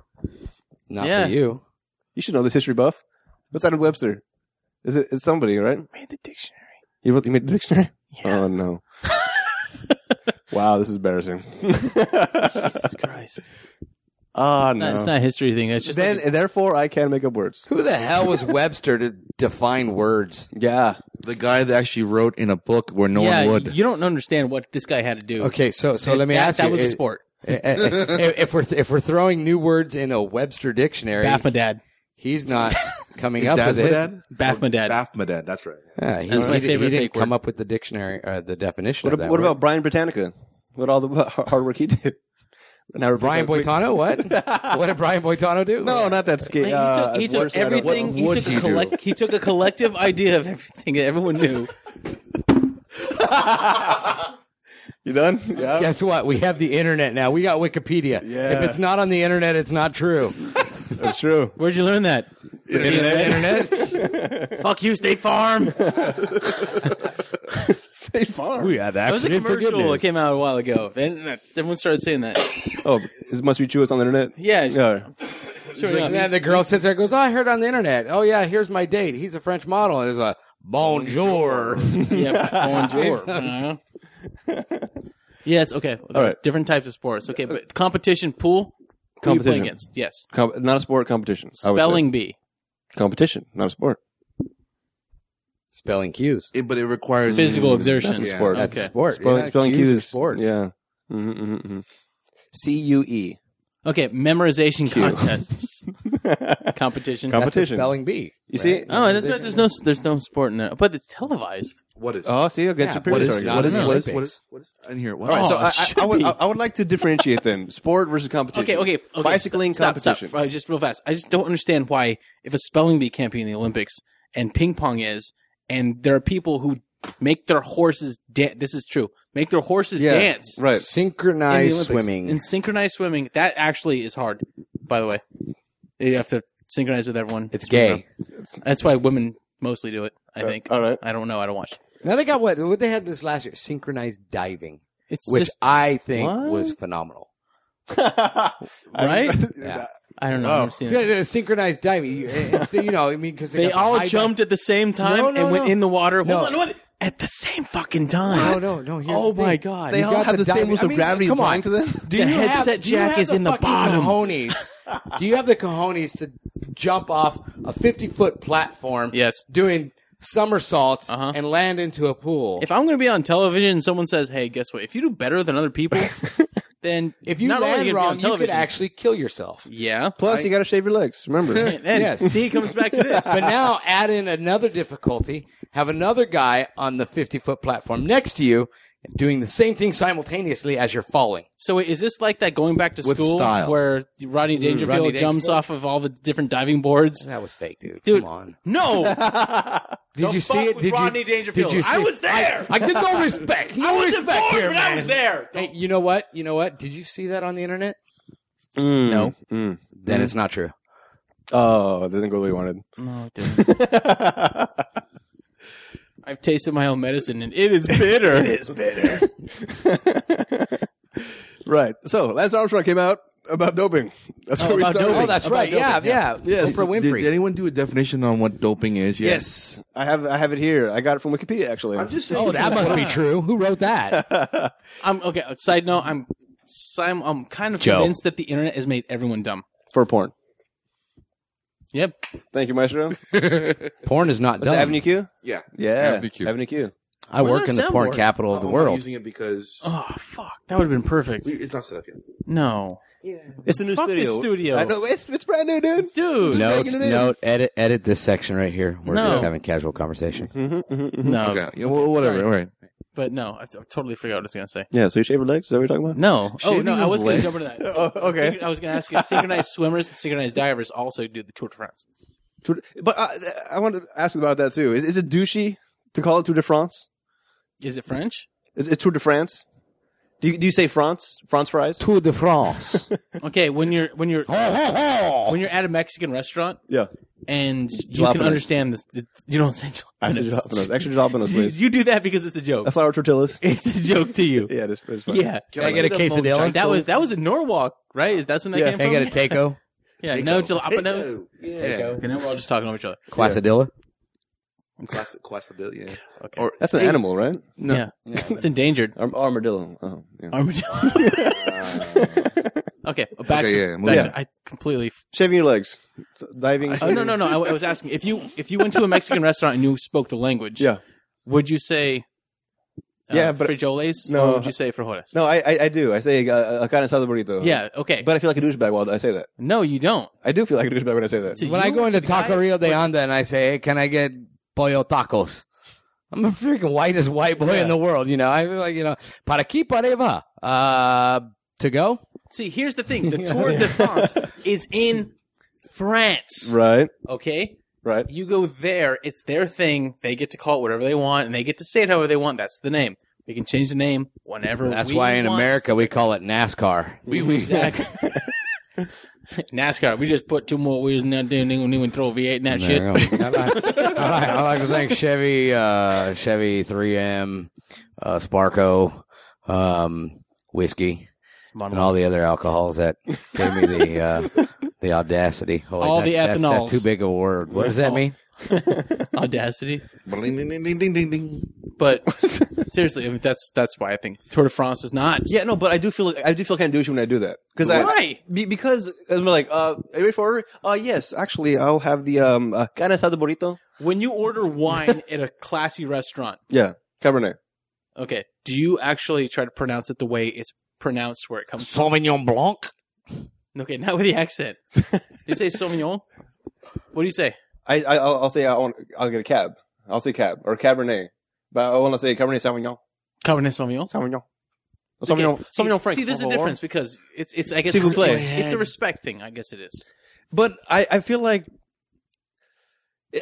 Not
Yeah.
for you.
You should know this history buff. What's Adam Webster? Is it? It's somebody, right?
made the
[LAUGHS]
dictionary.
He wrote. He made the dictionary.
Yeah.
Oh no. wow, this is embarrassing. [LAUGHS]
Jesus Christ.
Ah
No,
no.
It's not a history thing. It's just
then
like
therefore I can make up words.
Who the hell was Webster to define words?
Yeah.
The guy that actually wrote in a book where no
yeah,
one would.
you don't understand what this guy had to do.
Okay, so so let me
that,
ask
that
you.
was a
eh,
sport.
eh, eh, eh, if we're if we're throwing new words in a Webster dictionary,
Baphmadad.
he's not coming
His
up
dad's
with
my
it.
dad?
Baphmadad.
Baphmadad, that's right.
Yeah, he,
That's my
he di-
favorite
He
fake
didn't come
word.
up with the dictionary or the definition
What,
of
ab-
that.
what
word.
about Brian Britannica? What all the [LAUGHS] h- hard work he did? Now we're
Brian Boitano? What?
[LAUGHS]
what did Brian Boitano do?
No, not that skate.
Like,
uh,
he took, he
worse
took
than I don't-
everything. He
would
took,
he
a
do?
collect, he took a collective idea of everything that everyone knew.
You done? Yeah.
Guess what? We have the internet now. We got Wikipedia.
Yeah.
If it's not on the internet, it's not true.
That's true.
Where'd you learn that?
internet?
Fuck you, State Farm. That
State Farm.
[LAUGHS] we have
was a
accident
commercial that
forgiveness.
came out a while ago, and that- everyone started saying that.
[LAUGHS] Oh, it must be true. It's on the internet.
Yeah, it's-
Yeah.
Sure
Like,
enough.
man, the girl sits there and goes, oh, I heard on the internet. Oh, yeah, here's my date. He's a French model. And it's a bonjour.
[LAUGHS] yeah, bonjour. Uh-huh. yes. Okay.
All right. Uh,
Different types of sports. Okay, but competition pool. who you play
Competition.
against. Yes.
Com- not a sport. Competition. I would say.
Spelling bee.
Competition. Not a sport.
Spelling cues.
It, but it requires
Physical
you-
exertion.
That's a
Yeah.
sport.
That's
Okay.
sport.
Spelling,
yeah.
spelling
are
cues.
Sports.
Yeah. Mm-hmm, mm-hmm. C U E.
Okay, memorization
[LAUGHS]
contests. Competition.
That's a
Competition.
spelling bee.
You
[LAUGHS]
see?
Oh, that's right. There's no there's no sport in that, but it's televised.
What is?
Oh, see, against
Yeah,
your
what
what
previous
is?
sorry,
argument.
What is? What is?
no, no.
What is? What is? I didn't hear. it. What?
All right, so
Oh,
I,
it should
I, I, would,
be.
I, I would like to differentiate then sport versus competition.
Okay, okay, okay.
Bicycling
stop, stop,
competition.
Stop, Uh, just real fast. I just don't understand why if a spelling bee can't be in the Olympics and ping pong is, and there are people who make their horses dance. This is true. Make their horses
Yeah,
dance.
Right.
in the
Synchronized
Olympics.
swimming.
And synchronized swimming. That actually is hard. By the way, you have to synchronize with everyone.
it's gay.
That's why women mostly do it. I think.
all
[LAUGHS]
right.
I don't know. I don't watch.
Now they got what? What they had this last year? Synchronized diving,
It's
which
just
I think
What?
was phenomenal.
[LAUGHS] right.
Yeah.
I don't know.
Oh.
I've never seen
Yeah,
it.
yeah, synchronized diving. You, it's, you know, I mean, because
They all jumped at the same time
No, no,
and went
no.
in the water.
No.
Hold on, what? At the same fucking time.
No, no, no, here's
oh
the
my
thing.
god.
They
You
all
got
have the,
the
same
diving-
rules
I
of
mean,
gravity
come
applying
on.
to them.
the headset jack is in the bottom.
Cojones? do you have the cojones to jump off a fifty-foot platform?
Yes.
doing somersaults
Uh-huh.
and land into a pool.
If I'm going to be on television and someone says, "Hey, guess what? If you do better than other
[LAUGHS]
people, then
If you
not only are
land
you gonna be
wrong,
on
you could
television,
actually kill yourself.
yeah.
Plus, you got to shave your legs.
[LAUGHS]
Remember?
And
Yes.
see, it comes back
[LAUGHS]
to this.
But now add in another difficulty. Have another guy on the 50 foot platform next to you. doing the same thing simultaneously as you're falling.
So wait, is this like that going back to
With
school
style.
where Rodney Dangerfield
Rodney
jumps
Dangerfield.
off of all the different diving boards?
That was fake, dude.
Dude.
Come on.
No,
[LAUGHS] Did
Don't
you
fuck
see it?
with
Did
Rodney
you,
Dangerfield.
Did you see
I was there.
I, I did no respect. No
wasn't
respect
born,
here,
but
man.
I was there.
Hey, you know what? You know what? Did you see that on the internet?
no. Mm.
Then it's not true.
Oh, that didn't go the way you wanted.
No, it didn't. [LAUGHS] I've tasted my own medicine and it
[LAUGHS]
is bitter. it is bitter.
[LAUGHS] Right. So Lance Armstrong came out about doping. That's where we
about
started.
doping.
Oh, that's
About
right. Yeah,
doping,
yeah.
Yes.
Oprah
Did,
Winfrey.
did anyone do a definition on what doping is? yet?
Yes, I have. I have it here. I got it from Wikipedia. Actually,
I'm just saying.
oh, that must be true. Who wrote that?
I'm okay. Side note, I'm I'm, I'm kind of
Joe.
convinced that the internet has made everyone dumb.
for porn.
Yep.
Thank you, Maestro.
[LAUGHS] Porn is not
That's
done.
Avenue Q.
Yeah.
Yeah,
Avenue Q.
Avenue Q.
I work
Where's
in
our
the porn
soundboard?
capital of the
Oh,
I'm not
world.
using it because
Oh fuck, that would have been perfect.
it's not set up yet.
No,
It's the new
Fuck this
studio.
studio.
I know it's it's brand new, dude.
dude.
Note,
making it in.
note, edit, edit this section right here. We're
No.
just having casual [LAUGHS] conversation.
No,
Okay. Yeah, well, whatever.
sorry.
All right.
but no, I, t- I totally forgot what I was gonna say.
Yeah. So you shave your legs? Is that what you're talking about?
No. oh
Shaving
no, I
of
was gonna
leg-
jump into
[LAUGHS]
that.
Oh, okay.
Synch- I was gonna ask you. Synchronized swimmers and synchronized divers also do the Tour de France.
But I, I wanted to ask about that too. Is, is it douchey to call it Tour de France?
Is it French?
Is it Tour de France? Do you, do you say France? France fries?
Tour de France.
Okay, when you're when
[LAUGHS]
you're
Oh.
when you're at a Mexican restaurant
Yeah.
and you can
Jalapenos.
understand this, the- you don't say
I
[LAUGHS]
said jalapenos. Extra [LAUGHS] jalapenos,
You,
please.
you do that because it's
[LAUGHS]
a joke.
A flour tortillas.
It's a joke to you.
Yeah, it is. It's fine.
Yeah.
I get a quesadilla?
That was that was in Norwalk, right? Is that's when that
Yeah.
came
Can I
from?
get a taco?
yeah, no
[LAUGHS]
jalapenos. Okay, now we're all just talking over each other.
Quesadilla?
Classic, quesadilla.
Okay.
Or
That's an animal, right?
no.
[LAUGHS] Yeah. it's endangered.
Arm- armadillo. Oh, yeah. [LAUGHS]
Armadillo. [LAUGHS] okay, back
Okay,
to,
yeah,
back
yeah.
to- I completely f-
Shaving your legs, So, diving.
Oh no, no, no. I, I was asking if you if you went to a Mexican restaurant and you spoke the language,
Yeah.
would you say uh,
Yeah, but-
frijoles
No.
or would you say frijoles?
No, I, I, I do. I say uh, a carne asada burrito.
Yeah, okay.
But I feel like a douchebag while I say that.
no, you don't.
I do feel like a douchebag when I say that.
To
When I
you,
go into
to the guy-
Taco Rio de Onda and I say, hey, can I get pollo tacos? I'm a freaking whitest white boy in the world, you know. I feel like, you know, para aquí, para allá. Uh, to go?
See, here's the
[LAUGHS]
thing: the Tour de France is in France.
Right,
Okay,
right.
you go there; it's their thing. They get to call it whatever they want, and they get to say it however they want. That's the name. We can change the name whenever.
That's
we
why in
want.
America we call it NASCAR.
We,
[LAUGHS]
we,
Exactly. NASCAR. We just put two more wheels in that thing, and even throw a V8 in that shit. [LAUGHS]
There you go. I, like, I, like, I like to thank Chevy, uh, Chevy 3M, uh, Sparko, um, whiskey, and all the other alcohols that gave me the uh, the audacity. Holy,
All
that's,
the
that's,
ethanols.
that's too big a word. What does that mean?
Audacity.
Bling, ding, ding, ding, ding, ding, ding.
But
[LAUGHS]
seriously, I mean, that's that's why I think Tour de France is not.
Yeah, no, but I do feel like I do feel kind of douchey when I do that because
Why?
I be, because I'm like, uh, are you ready for order? Uh, yes, actually, I'll have the um uh, carne asada burrito.
When you order wine at a classy restaurant,
Yeah, Cabernet.
okay, do you actually try to pronounce it the way it's pronounced where it comes from?
Sauvignon Blanc.
Okay, not with
[LAUGHS]
the accent. you say Sauvignon? What do you say?
I, I I'll, I'll say I want I'll get a cab. I'll say cab or Cabernet, but I want to say Cabernet Sauvignon.
Cabernet Sauvignon?
Sauvignon.
Okay,
Sauvignon,
see-
Sauvignon Franc.
See, there's a
por favor.
difference because it's, it's I guess,
S'il vous
it's,
plaît.
it's- it's a respect thing. I guess it is.
But I, I feel like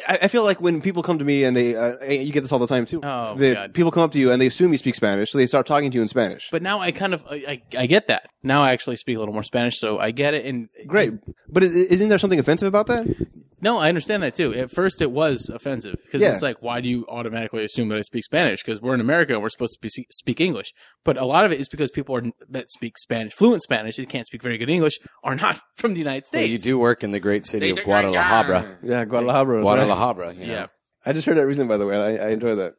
I, I feel like when people come to me and they uh, you get this all the time too.
Oh,
The-
God.
people come up to you and they assume you speak Spanish, so they start talking to you in Spanish.
But now I kind of, I, I, I get that. Now I actually speak a little more Spanish, so I get it. And
Great, but i- isn't there something offensive about that?
No, I understand that too. At first, it was offensive because
Yeah.
it's like, why do you automatically assume that I speak Spanish? Because we're in America, we're supposed to be, speak English. But a lot of it is because people are, that speak Spanish, fluent Spanish, and can't speak very good English, are not [LAUGHS] from the United
Well, you
States.
do work in the great city of Guadalajara.
Yeah, Guadalajara. is right.
Guadalajara. you know.
Yeah,
I just heard that recently, by the way. and I, I enjoy that.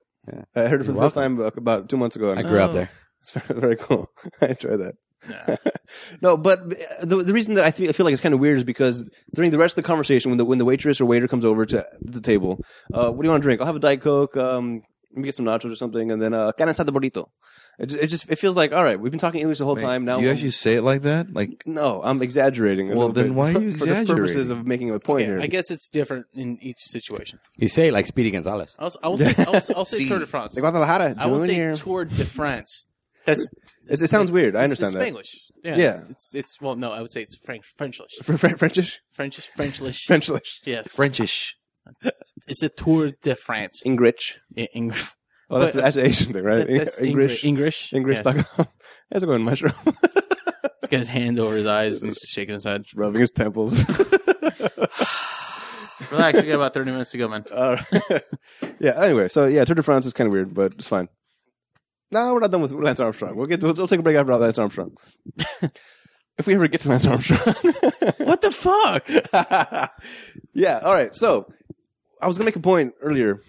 I heard it for the first time about- about two months ago.
I
And
grew up there.
[LAUGHS] it's very, very cool. [LAUGHS] I enjoy that. [LAUGHS] no, but uh, the, the reason that I feel, I feel like it's kind of weird is because during the rest of the conversation, when the when the waitress or waiter comes over to the table, uh, what do you want to drink? I'll have a diet coke. Um, Let me get some nachos or something, and then uh, carne asada burrito. It just, it just it feels like all right. We've been talking English the whole
Wait,
time now.
do you actually say it like that? Like,
[LAUGHS] no, I'm exaggerating. a
Well,
little
then
bit
why are
[LAUGHS]
you
for the purposes
exaggerating?
of making a point
Yeah,
here?
I guess it's different in each situation.
You say it like Speedy Gonzalez.
I'll, I'll say, I'll, I'll
[LAUGHS]
say Tour de France.
De Guadalajara,
I will say
Junior. [LAUGHS]
Tour de France. That's
It, it sounds weird. I
it's,
understand
it's
that.
Spanglish. Yeah,
Yeah.
It's, it's it's- well, no, I would say it's French,
[LAUGHS]
Frenchlish,
For French, Frenchish,
Frenchish, Frenchlish.
Frenchlish,
Yes,
Frenchish.
it's a Tour de France.
Engrich.
In, in, [LAUGHS]
Oh, that's
But-
that's the Asian thing, right?
that- that's English.
English.
English.
English.
Yes.
[LAUGHS] How's it going, mushroom? [LAUGHS]
He's got his hand over his eyes and he's shaking his head.
Rubbing his temples.
Relax. We got about thirty minutes to go, man.
All right. Uh, [LAUGHS] yeah. Anyway, so yeah, Tour de France is kind of weird, but it's fine. No, we're not done with Lance Armstrong. We'll get. We'll, we'll take a break after Lance Armstrong. [LAUGHS] if we ever get to Lance Armstrong. [LAUGHS]
What the fuck?
yeah. All right. So I was gonna make a point earlier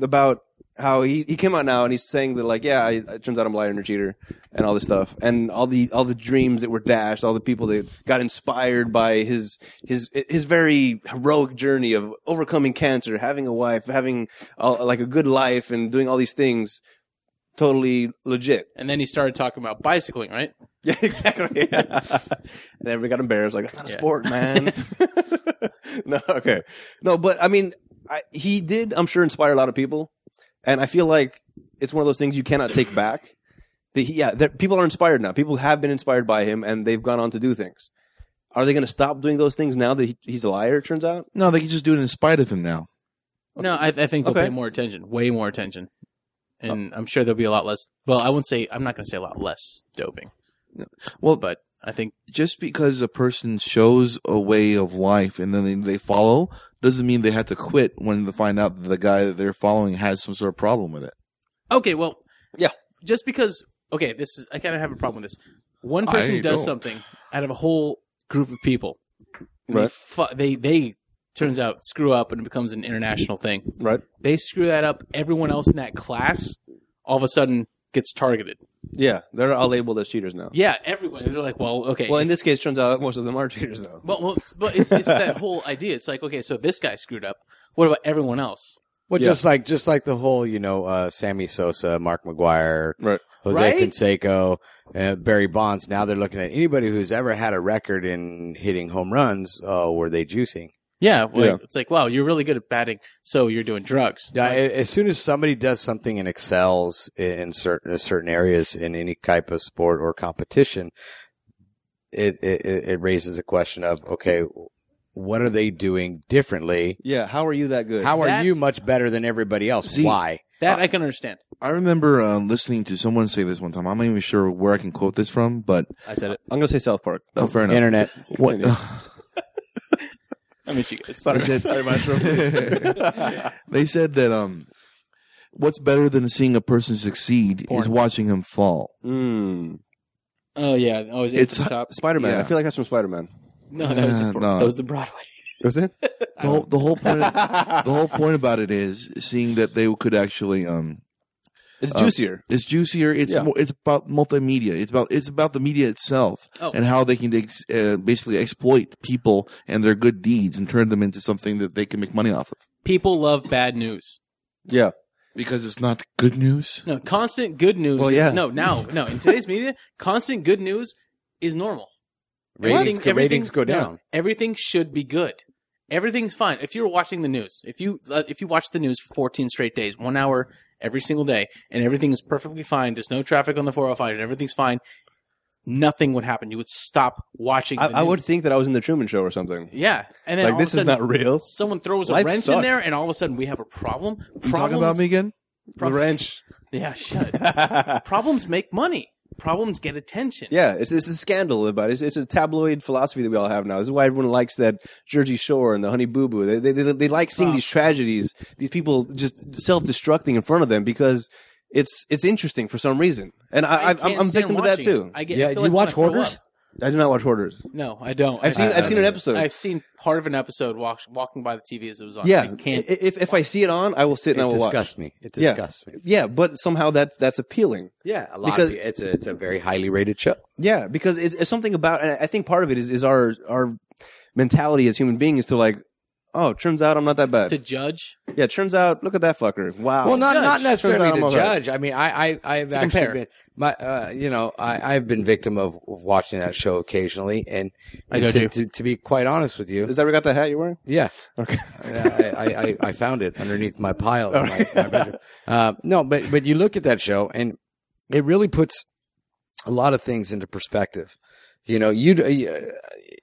about how he, he came out now and he's saying that like yeah I, it turns out I'm a liar and a cheater and all this stuff and all the all the dreams that were dashed all the people that got inspired by his his his very heroic journey of overcoming cancer having a wife having uh, like a good life and doing all these things totally legit [LAUGHS]
And then he started talking about bicycling, right?
yeah, exactly. [LAUGHS] and everybody got embarrassed. Like that's not a
Yeah.
sport, man. [LAUGHS] no, okay, no, but I mean, I, he did. I'm sure inspire a lot of people, and I feel like it's one of those things you cannot take back. That he, yeah, that people are inspired now. People have been inspired by him, and they've gone on to do things. Are they going to stop doing those things now that he, he's a liar? it Turns out,
No, they can just do it in spite of him now.
No, I, I think they'll
Okay.
pay more attention, way more attention, and I'm sure there'll be a lot less. Well, I wouldn't say I'm not going to say a lot less doping.
Well-
but I think
Just because a person shows a way of life and then they, they follow doesn't mean they have to quit when they find out that the guy that they're following has some sort of problem with it.
okay. Well,
Yeah.
Just because okay, this is I kind of have a problem with this. One
I
person does
don't.
something out of a whole group of people. and They,
Right.
fu- they they turns out screw up and it becomes an international thing.
right?
They screw that up. Everyone else in that class all of a sudden gets targeted.
Yeah, they're all labeled as cheaters now.
Yeah, everyone. They're like, well, okay.
Well, in this case, turns out most of them are [LAUGHS] cheaters though.
But well, it's, but it's,
[LAUGHS]
it's that whole idea. It's like, okay, so this guy screwed up. What about everyone else?
Well,
Yeah.
just like just like the whole, you know, uh, Sammy Sosa, Mark McGuire,
Right.
Jose
Right?
Canseco, uh, Barry Bonds. Now they're looking at anybody who's ever had a record in hitting home runs. Oh, were they juicing?
Yeah, like,
Yeah.
it's like, wow, you're really good at batting, so you're doing drugs.
Yeah, a- as soon as somebody does something and excels in certain certain areas in any type of sport or competition, it it, it it raises a question of okay, what are they doing differently?
Yeah. How are you that good?
How are
That-
you much better than everybody else?
See,
Why?
That I can understand.
I remember um, listening to someone say this one time. I'm not even sure where I can quote this from, but
I said it.
I'm gonna say South Park.
oh, fair enough.
Internet.
What? [LAUGHS]
Continue.
I miss you guys.
Sorry,
Is it-
sorry, mushroom.
[LAUGHS] they said that um, what's better than seeing a person succeed is
Porn.
watching him fall.
Mm.
Oh yeah, I was it's
It's-
[LAUGHS]
the top.
Spider Man.
Yeah.
I feel like that's from Spider Man.
No, that was the,
Uh,
Bro-
no.
that was the Broadway.
Is it?
The whole, the whole point.
[LAUGHS]
Of, the whole point about it is seeing that they could actually um,
It's
Um,
juicier.
it's juicier. It's
Yeah.
mo- it's about multimedia. It's about it's about the media itself
Oh.
and how they can ex- uh, basically exploit people and their good deeds and turn them into something that they can make money off of
People love bad news.
[LAUGHS] yeah.
because it's not good news.
No, constant good news.
Well,
is-
yeah.
No, now, no. In today's media, constant good news is normal.
Ratings,
Everything-
ratings go
everything- no,
down.
everything should be good. Everything's fine. If you're watching the news, if you uh, if you watch the news for 14 straight days, one hour every single day, and everything is perfectly fine, there's no traffic on the 405, and everything's fine, nothing would happen. You would stop watching.
I,
the
I would
news.
think that I was in the Truman Show or something.
yeah. And then
Like
all of
this
a
is
sudden,
not real.
Someone throws a
Life
wrench in
sucks.
there, and all of a sudden we have a problem. Problems,
You talking about me again?
The [LAUGHS] wrench.
Yeah, shut.
yeah,
problems make money. Problems get attention.
it's it's a scandal about it. It's, it's a tabloid philosophy that we all have now. This is why everyone likes that Jersey Shore and the Honey Boo Boo. They, they, they, they like seeing
Oh.
these tragedies, these people just self destructing in front of them because it's it's interesting for some reason. And I, I,
can't
I'm, I'm
stand
victim to that
watching it.
too. I,
I get.
Yeah,
I feel
do you
like I
watch
wanna throw
Hoarders?
up.
do not watch Hoarders.
No, I don't.
I've seen- I've seen an episode.
I've seen part of an episode walk, walking by the TV as it was on.
Yeah,
I can't.
i- if if I see it on, I will sit and I
It
will watch.
disgusts me. It
Yeah.
disgusts me.
Yeah, but somehow that's that's appealing.
Yeah, a lot.
Because-
of, it's a it's a very highly rated show.
Yeah, because it's, it's something about, and I think part of it is is our our mentality as human beings to like, Oh, turns out I'm not that bad.
to judge.
yeah, turns out look at that fucker. Wow.
Well, not not
judge.
Turns out
necessarily
I'm
to
all right.
judge. I mean, I, I I've
To
actually
compare.
been my uh, you know I I've been victim of watching that show occasionally, and
I go
to,
too.
to to be quite honest with you,
Is that where you got the hat you're wearing?
yeah,
Okay.
I, I, I, I found it underneath my pile. In my, my bedroom. Uh, no, but but you look at that show, and it really puts a lot of things into perspective. You know, you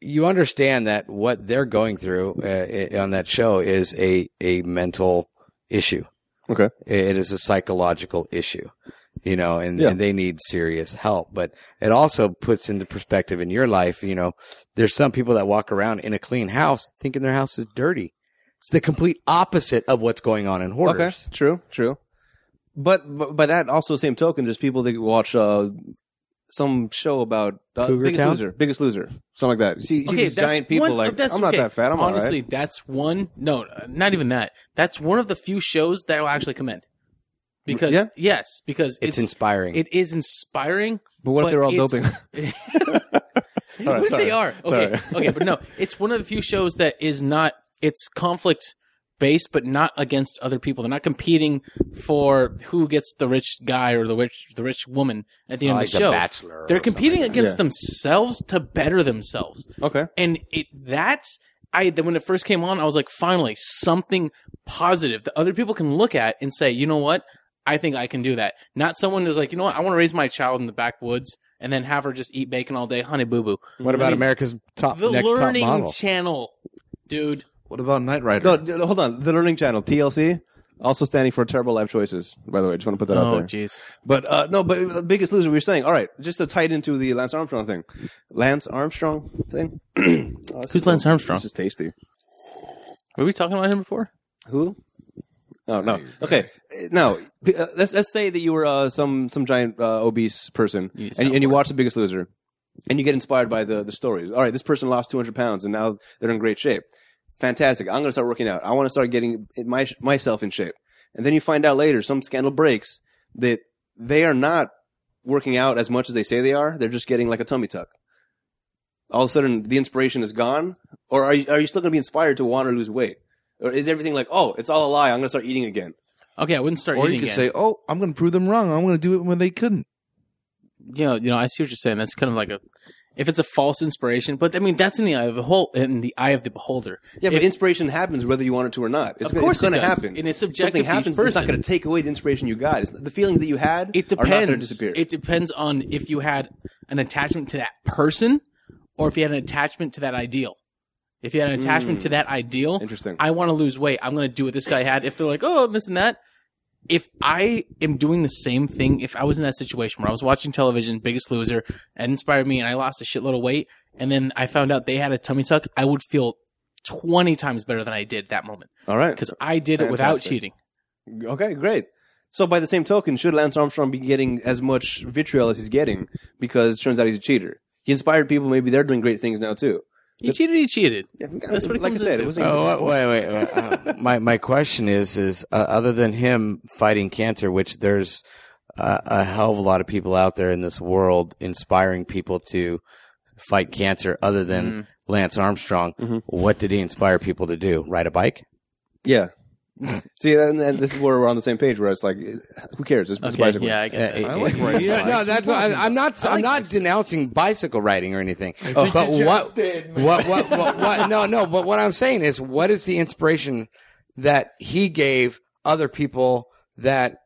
you understand that what they're going through uh, on that show is a a mental issue.
Okay.
it is a psychological issue. You know, and,
Yeah.
and they need serious help. But it also puts into perspective in your life. You know, there's some people that walk around in a clean house thinking their house is dirty. It's the complete opposite of what's going on in hoarders.
Okay, true, true. But, but by that also same token, there's people that watch uh, some show about uh,
Cougar
Biggest
Town?
Loser, Biggest Loser, something like that. You see, you see these
that's
giant people
one-
like
that's
I'm not
okay.
that fat. I'm all
honestly
right.
that's one. No, not even that. That's one of the few shows that I will actually commend. Because
Yeah?
yes, because it's,
It's, inspiring.
It is inspiring.
But what if they're all
it's- [LAUGHS]
doping? [LAUGHS]
what if
sorry.
they are? Okay,
Sorry.
okay, but no, it's one of the few shows that is not. It's conflict based, but not against other people. They're not competing for who gets the rich guy or the rich the rich woman at the end
like
of
The
the show.
Bachelor or
They're
something
competing
like
against
Yeah.
themselves to better themselves.
Okay.
and it that I that when it first came on, I was like, finally something positive that other people can look at and say, you know what, I think I can do that. Not someone that's like, you know what, I want to raise my child in the backwoods and then have her just eat bacon all day, honey boo boo.
what about
I mean,
America's top
The
next top
Learning
model?
Channel, dude.
What about Knight Rider?
No, d- hold on. The Learning Channel, TLC, also standing for Terrible Life Choices. By the way, just want to put that out
Oh
there.
jeez,
But uh, no, but the Biggest Loser, we were saying. All right, just to tie it into the Lance Armstrong thing, Lance Armstrong thing. [CLEARS THROAT] Oh, this
Who's
is-
Lance Armstrong?
This is tasty.
were we talking about him before?
Who? Oh no. Okay. Uh, No. Uh, Let's let's say that you were uh, some some giant uh, obese person,
You
and,
sound
and you watch The Biggest Loser, and you get inspired by the the stories. All right, this person lost 200 pounds, and now they're in great shape. Fantastic. I'm going to start working out. I want to start getting it- my myself in shape. And then you find out later, some scandal breaks that they are not working out as much as they say they are. They're just getting like a tummy tuck. All of a sudden, the inspiration is gone. Or are you, are you still going to be inspired to want to lose weight? Or is everything like, oh, it's all a lie. I'm going to start eating again.
Okay, I wouldn't start.
or
eating
you could
again.
say, "Oh, I'm going to prove them wrong. I'm going to do it when they [LAUGHS] couldn't."
you know, you know, I see what you're saying. That's kind of like a, if it's a false inspiration, but I mean, that's in the eye of the whole, in the eye of the beholder.
Yeah, but
If-
inspiration happens whether you want it to or not. It's,
Of
gonna-
course
it's
it
going to
does.
happen.
And it's
If Something
subjective to each
happens. It's not
person.
going to take away the inspiration you got. It's, the feelings that you had
It
are not
depends.
going to disappear.
It depends on if you had an attachment to that person or if you had an attachment to that ideal. If you had an attachment to that ideal,
Hmm. Interesting.
I want to lose weight. I'm going to do what this guy had. If they're like, oh, this and that. If I am doing the same thing, if I was in that situation where I was watching television, Biggest Loser, and inspired me, and I lost a shitload of weight, and then I found out they had a tummy tuck, I would feel 20 times better than I did that moment
all right.
because I did it without
Fantastic.
cheating.
Okay, great. So by the same token, should Lance Armstrong be getting as much vitriol as he's getting because it turns out he's a cheater? He inspired people. Maybe they're doing great things now too.
He cheated, he cheated.
Yeah,
That's what it
like I
comes
said,
into.
it was
Oh, wait, wait. wait. [LAUGHS] Uh, my my question is is uh, other than him fighting cancer, which there's uh, a hell of a lot of people out there in this world inspiring people to fight cancer. Other than
Mm-hmm.
Lance Armstrong, what did he inspire people to do? Ride a bike?
[LAUGHS]
yeah. See, and, and this is where we're on the same page. Where it's like, who cares? It's, it's
Okay,
bicycle.
yeah, I get that.
I
like riding bikes.
No, that's I, I'm not. I'm not denouncing bicycle riding or anything. but
you just
what,
did, man.
what? What? What? What? No, no. But what I'm saying is, what is the inspiration that he gave other people that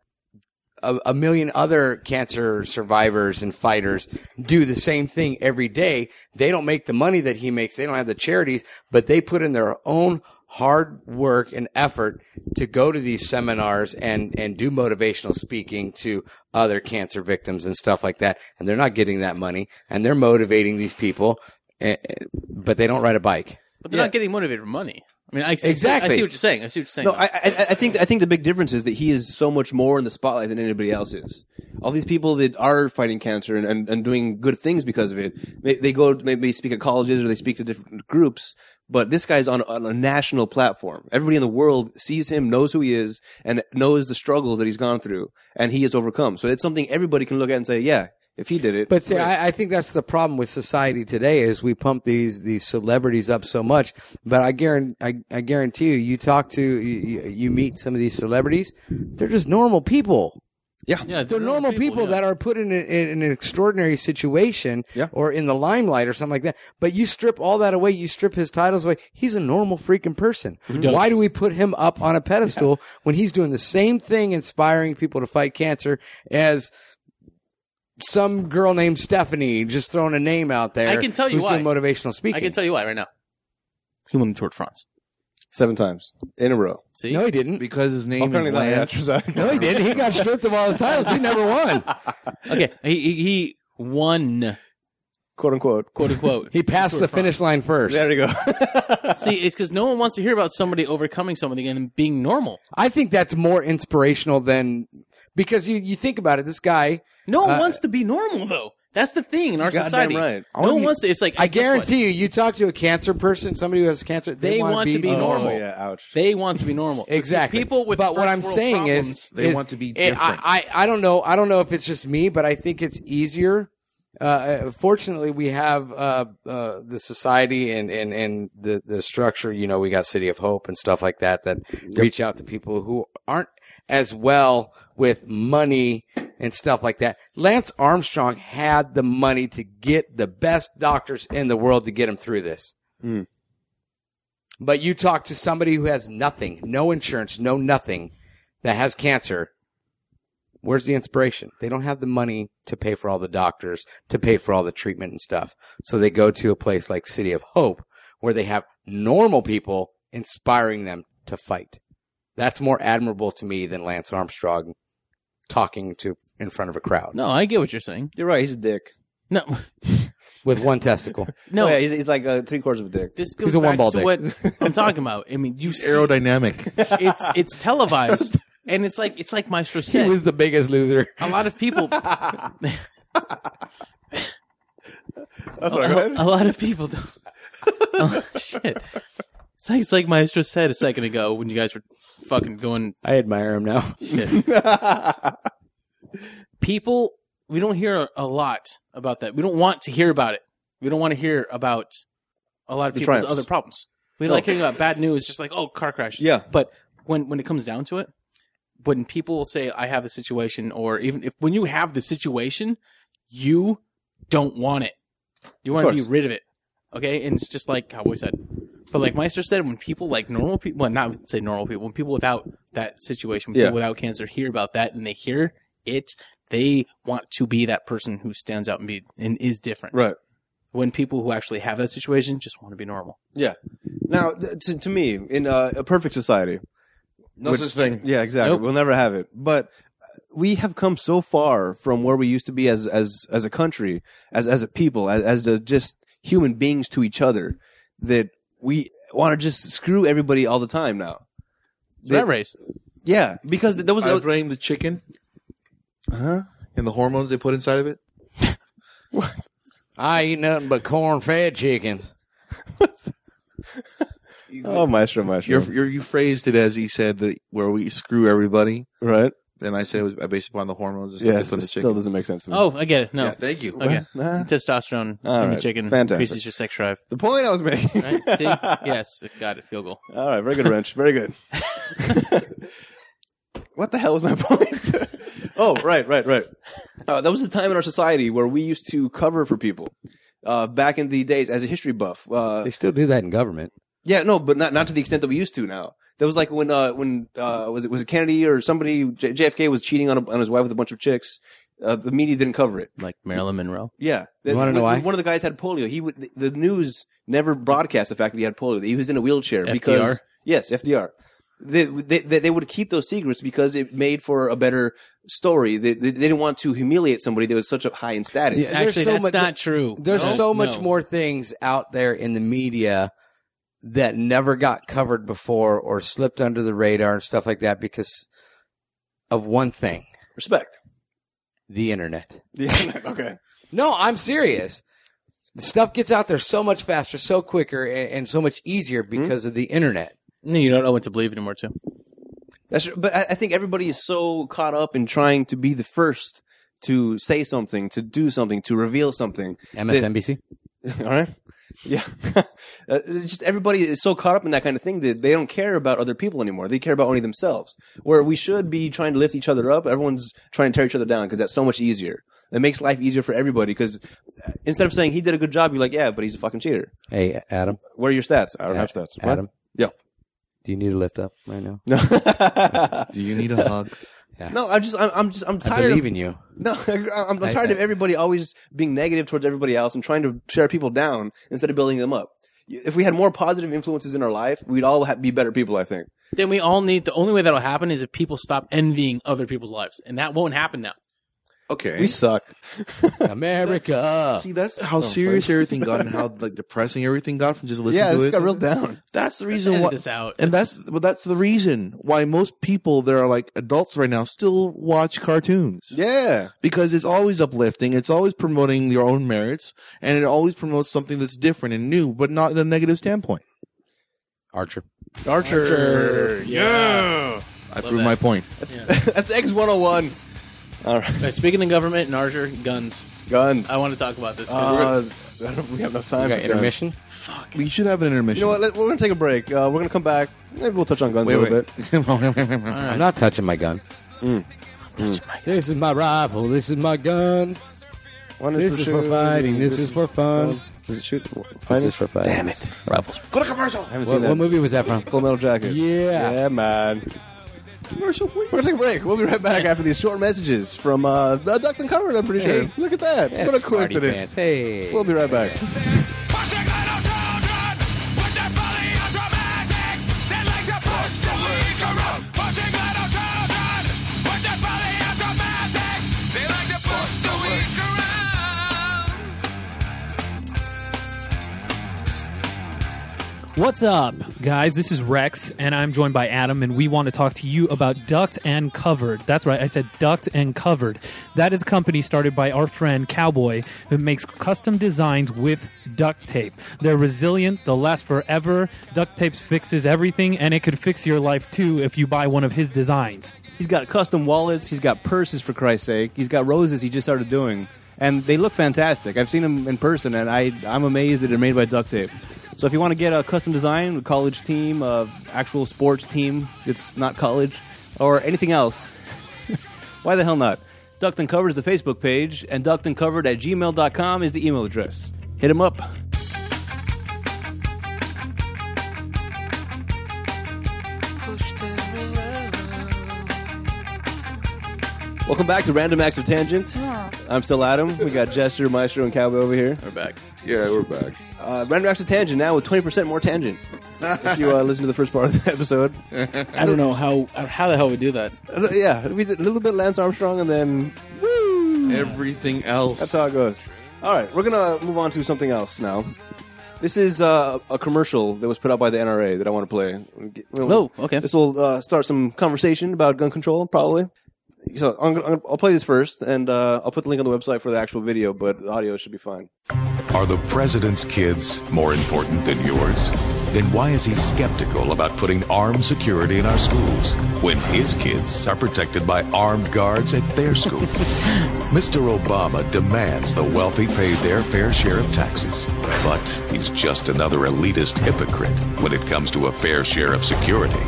a, a million other cancer survivors and fighters do the same thing every day. They don't make the money that he makes. They don't have the charities, but they put in their own hard work and effort to go to these seminars and, and do motivational speaking to other cancer victims and stuff like that. And they're not getting that money and they're motivating these people, eh, eh, but they don't ride a bike.
But they're not getting motivated for money. I mean, I,
Exactly.
I see what you're saying. I see what you're saying.
No, I, I, I think I think the big difference is that he is so much more in the spotlight than anybody else is. All these people that are fighting cancer and, and, and doing good things because of it, they, they go maybe speak at colleges or they speak to different groups. But this guy's on, on a national platform. Everybody in the world sees him, knows who he is, and knows the struggles that he's gone through and he has overcome. So it's something everybody can look at and say, yeah, if he did it.
But see, I, I think that's the problem with society today is we pump these these celebrities up so much. But I guarantee, I, I guarantee you, you talk to, you, you- you meet some of these celebrities, they're just normal people.
Yeah,
They're normal people, that are put in, a, in an extraordinary situation
Yeah.
or in the limelight or something like that. But you strip all that away, you strip his titles away. He's a normal freaking person.
does.
Why do we put him up on a pedestal when he's doing the same thing, inspiring people to fight cancer, as some girl named Stephanie just throwing a name out there?
I can tell you
who's doing
why.
motivational speaking.
I can tell you why right now. He won the Tour de France.
seven times in a row.
See,
no, he didn't.
because his name is
Apparently not
Lance.
after that.
[LAUGHS]
No, he didn't. He got stripped of all his titles. He never won.
okay, he, he he won,
quote unquote.
quote
[LAUGHS]
unquote.
He passed the finish line first.
There you go. [LAUGHS]
See, it's because no one wants to hear about somebody overcoming something and being normal.
I think that's more inspirational than because you, you think about it. This guy,
No one
Uh,
wants to be normal though. That's the thing in our
Goddamn
society.
right.
No one wants to. It's like
I
guess what?
guarantee you, you talk to a cancer person, somebody who has cancer, they,
They want to be
Oh,
[LAUGHS]
normal.
yeah, ouch.
They want to be normal. But these
Exactly.
People with
but what
first
I'm
world
saying
problems-
is
They
is-
want to be
it-
different.
I, I I don't know. I don't know if it's just me, but I think it's easier. Uh, Uh, fortunately, we have uh, uh, the society and, and, and the, the structure. You know, we got City of Hope and stuff like that that reach out to people who aren't as well with money and stuff like that. Lance Armstrong had the money to get the best doctors in the world to get him through this.
Hmm.
But you talk to somebody who has nothing, no insurance, no nothing, that has cancer. Where's the inspiration? They don't have the money to pay for all the doctors, to pay for all the treatment and stuff. So they go to a place like City of Hope where they have normal people inspiring them to fight. That's more admirable to me than Lance Armstrong talking to in front of a crowd
no. I get what you're saying.
You're right. He's a dick.
No, [LAUGHS]
with one testicle.
no.
Oh, yeah, he's, he's like uh, three quarters of a dick.
This goes
a
back
one-ball
to
dick. [LAUGHS]
what I'm talking about. I mean, you see,
Aerodynamic. [LAUGHS]
it's it's televised, and it's like it's like Maestro
[LAUGHS] He
said.
was the biggest loser.
a lot
[LAUGHS]
of people
That's all right. Go
a lot of people don't. [LAUGHS] Oh, shit. It's like, it's like Maestro said a second ago when you guys were fucking going.
I admire him now.
People, we don't hear a lot about that. We don't want to hear about it. We don't want to hear about a lot of
The
people's
triumphs.
other problems. We
Oh.
like hearing about bad news, just like, oh, car crash.
Yeah.
But when, when it comes down to it, when people will say, I have the situation, or even if when you have the situation, you don't want it. You want to be
course.
rid of it. Okay? And it's just like Cowboy said. But like Meister said, when people like normal people, well, not say normal people, when people without that situation, when
Yeah.
people without cancer hear about that and they hear it, they want to be that person who stands out and be and is different.
Right.
When people who actually have that situation just want to be normal.
Yeah. Now, th- to, to me, in uh, a perfect society,
No such thing.
yeah, exactly.
Nope.
We'll never have it. But uh, we have come so far from where we used to be as as as a country, as as a people, as as a, just human beings to each other, that we want to just screw everybody all the time now.
So that race.
Yeah, because th- that was, that
I
was
blame the chicken
huh?
and the hormones they put inside of it.
[LAUGHS] I eat nothing but corn fed chickens.
oh, maestro, maestro,
[LAUGHS] You're, you're, you phrased it as he said that where we screw everybody,
right?
and I said it was based upon the hormones. And stuff
Yes,
they put in
it
the
still
chicken.
doesn't make sense to me.
Oh, I get it. No.
Yeah, thank you.
[LAUGHS]
okay.
Nah.
Testosterone
All
in
right.
the chicken
Fantastic.
increases your sex drive.
the point I was making.
Right?
[LAUGHS]
See? yes. Got it. Field goal.
All right, very good wrench, very good. what the hell was my point? [LAUGHS] oh, right, right, right. Uh, that was a time in our society where we used to cover for people. Uh, back in the days, as a history buff, uh,
They still do that in government.
yeah, no, but not not to the extent that we used to now. That was like when uh, when uh, was it was it Kennedy or somebody J- JFK was cheating on, a, on his wife with a bunch of chicks. Uh, the media didn't cover it.
Like Marilyn Monroe.
Yeah,
You wanna
When-
know why?
One of the guys had polio. He would the the news never broadcast the fact that he had polio. that He was in a wheelchair
FDR?
because yes, FDR. They, they they they would keep those secrets because it made for a better story. They, they, they didn't want to humiliate somebody that was such up high in status.
Yeah. There's
Actually,
so
that's
much-
not true.
There's
No,
so much
no.
more things out there in the media that never got covered before or slipped under the radar and stuff like that because of one thing
Respect.
the internet. [LAUGHS]
Yeah, okay.
No, I'm serious. The stuff gets out there so much faster, so quicker, and, and so much easier
Hmm?
because of the internet.
No, you don't know what to believe anymore, too.
That's but I, I think everybody is so caught up in trying to be the first to say something, to do something, to reveal something.
MSNBC.
All right. Yeah. [LAUGHS] Uh, it's just everybody is so caught up in that kind of thing that they don't care about other people anymore. They care about only themselves. Where we should be trying to lift each other up, everyone's trying to tear each other down because that's so much easier. It makes life easier for everybody because instead of saying he did a good job, you're like, yeah, but he's a fucking cheater.
Hey, Adam.
Where are your stats? I don't have stats. What? [LAUGHS]
Adam.
Yeah.
Do you need a lift up right now?
[LAUGHS] No.
Do you need a [LAUGHS] hug?
no, I'm just, I'm, I'm just, I'm
I
tired of
believe in you.
[LAUGHS] No, I'm, I'm
I-
tired
I-
of everybody always being negative towards everybody else and trying to tear people down instead of building them up. If we had more positive influences in our life, we'd all ha- be better people, I think.
Then we all need the only way that'll happen is if people stop envying other people's lives, and that won't happen now.
Okay.
We suck.
America.
See, that's how serious everything got and how like depressing everything got from just listening
yeah,
to
this
it.
got real down.
that's the reason
Edit
why.
this out.
And that's well, that's the reason why most people that are like adults right now still watch cartoons.
Yeah.
Because it's always uplifting, it's always promoting your own merits, and it always promotes something that's different and new, but not in a negative standpoint.
Archer.
Archer.
yeah.
I proved my point.
[LAUGHS] That's X101. All right.
All right, speaking of government and Archer guns,
Guns.
I want to talk about this. 'cause-
Uh, [LAUGHS] I don't know if we have enough time.
Okay,
for guns.
intermission.
We should have an intermission.
You know what? Let, we're going to take a break. Uh, we're going to come back. Maybe we'll touch on guns
Wait,
a little
wait.
bit.
I'm not touching my gun. Mm. This is my rifle. This is my gun.
One
This is for
shooting,
fighting. This is for fun.
Is it shoot?
This
Fighting?
is for fighting. Damn it. Rifles.
I haven't
What,
seen that.
what movie was that from?
Full Metal Jacket.
Yeah.
Yeah, man. Commercial break. We're gonna take a break. We'll be right back after these short messages from uh, Ducked and Covered, I'm pretty sure.
Hey.
Look at that.
Yeah,
what a
smarty
coincidence.
pants. Hey.
We'll be right back.
What's up, guys? This is Rex, and I'm joined by Adam, and we want to talk to you about Ducked and Covered. That's right, I said Ducked and Covered. That is a company started by our friend Cowboy who makes custom designs with duct tape. They're resilient, they'll last forever. Duct tape fixes everything, and it could fix your life too if you buy one of his designs.
He's got custom wallets. He's got purses for Christ's sake. He's got roses. He just started doing, and they look fantastic. I've seen them in person, and I I'm amazed that they're made by duct tape. So if you want to get a custom design, a college team, a actual sports team that's not college, or anything else, [LAUGHS] why the hell not? Ducked and Covered is the Facebook page, and ducked and covered at gmail.com is the email address. Hit him up.
Welcome back to Random Acts of Tangent. I'm still Adam. We got Jester, Maestro, and Cowboy over here.
We're back.
yeah, we're back.
Uh, Random Acts of Tangent now with 20% more tangent. if you uh, listen to the first part of the [LAUGHS] episode,
I don't know how how the hell we do that.
Uh, yeah, we did a little bit Lance Armstrong, and then
Everything else.
That's how it goes. All right, we're gonna move on to something else now. This is uh, a commercial that was put out by the NRA that I want to play.
Oh, okay.
This will uh, start some conversation about gun control, probably. So I'm, gonna- I'll play this first, and uh, I'll put the link on the website for the actual video, but the audio should be fine.
Are the president's kids more important than yours? Then why is he skeptical about putting armed security in our schools when his kids are protected by armed guards at their school? Mr. Obama demands the wealthy pay their fair share of taxes, but he's just another elitist hypocrite when it comes to a fair share of security.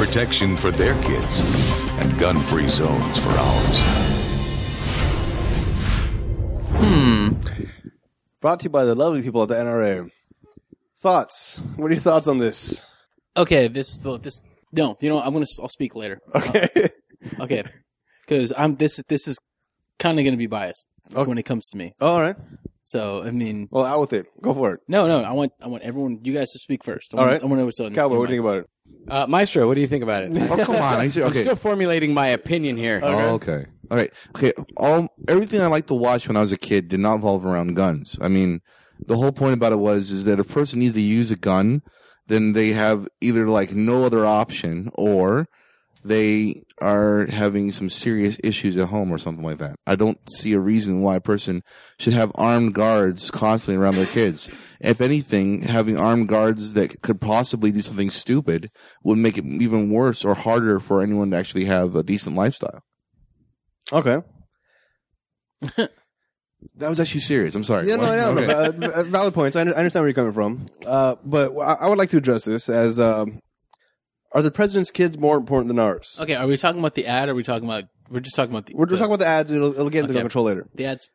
Protection for their kids and gun free zones for ours.
Brought to you by the lovely people at the NRA. Thoughts? What are your thoughts on this?
Okay, this this no, you know what, I'm gonna I'll speak later.
Okay.
Okay, because I'm this this is kind of gonna be biased when it comes to me.
All right.
So I mean,
Well, out with it. Go for it.
no, no, I want I want everyone you guys to speak first. I
All
want,
right.
I want to know what's on
Cowboy,
your
what do you
mind.
think about it?
Uh, Maestro, what do you think about it?
Oh, come on. I
[LAUGHS]
said,
[LAUGHS] I'm
okay.
still formulating my opinion here. [LAUGHS]
Oh, okay. All right. Okay. All everything I liked to watch when I was a kid did not revolve around guns. I mean, the whole point about it was is that if a person needs to use a gun, then they have either like no other option or they are having some serious issues at home or something like that. I don't see a reason why a person should have armed guards constantly around their kids. if anything, having armed guards that could possibly do something stupid would make it even worse or harder for anyone to actually have a decent lifestyle.
Okay.
That was actually serious. I'm sorry.
Yeah, no,
What?
no,
Okay.
no, uh, valid points. I under- I understand where you're coming from, uh, but I I would like to address this as: um, Are the president's kids more important than ours?
Okay, are we talking about the ad? Or are we talking about? We're just talking about the.
We're
the,
just talking about the ads. It'll, it'll get into
Okay.
control later.
the ads.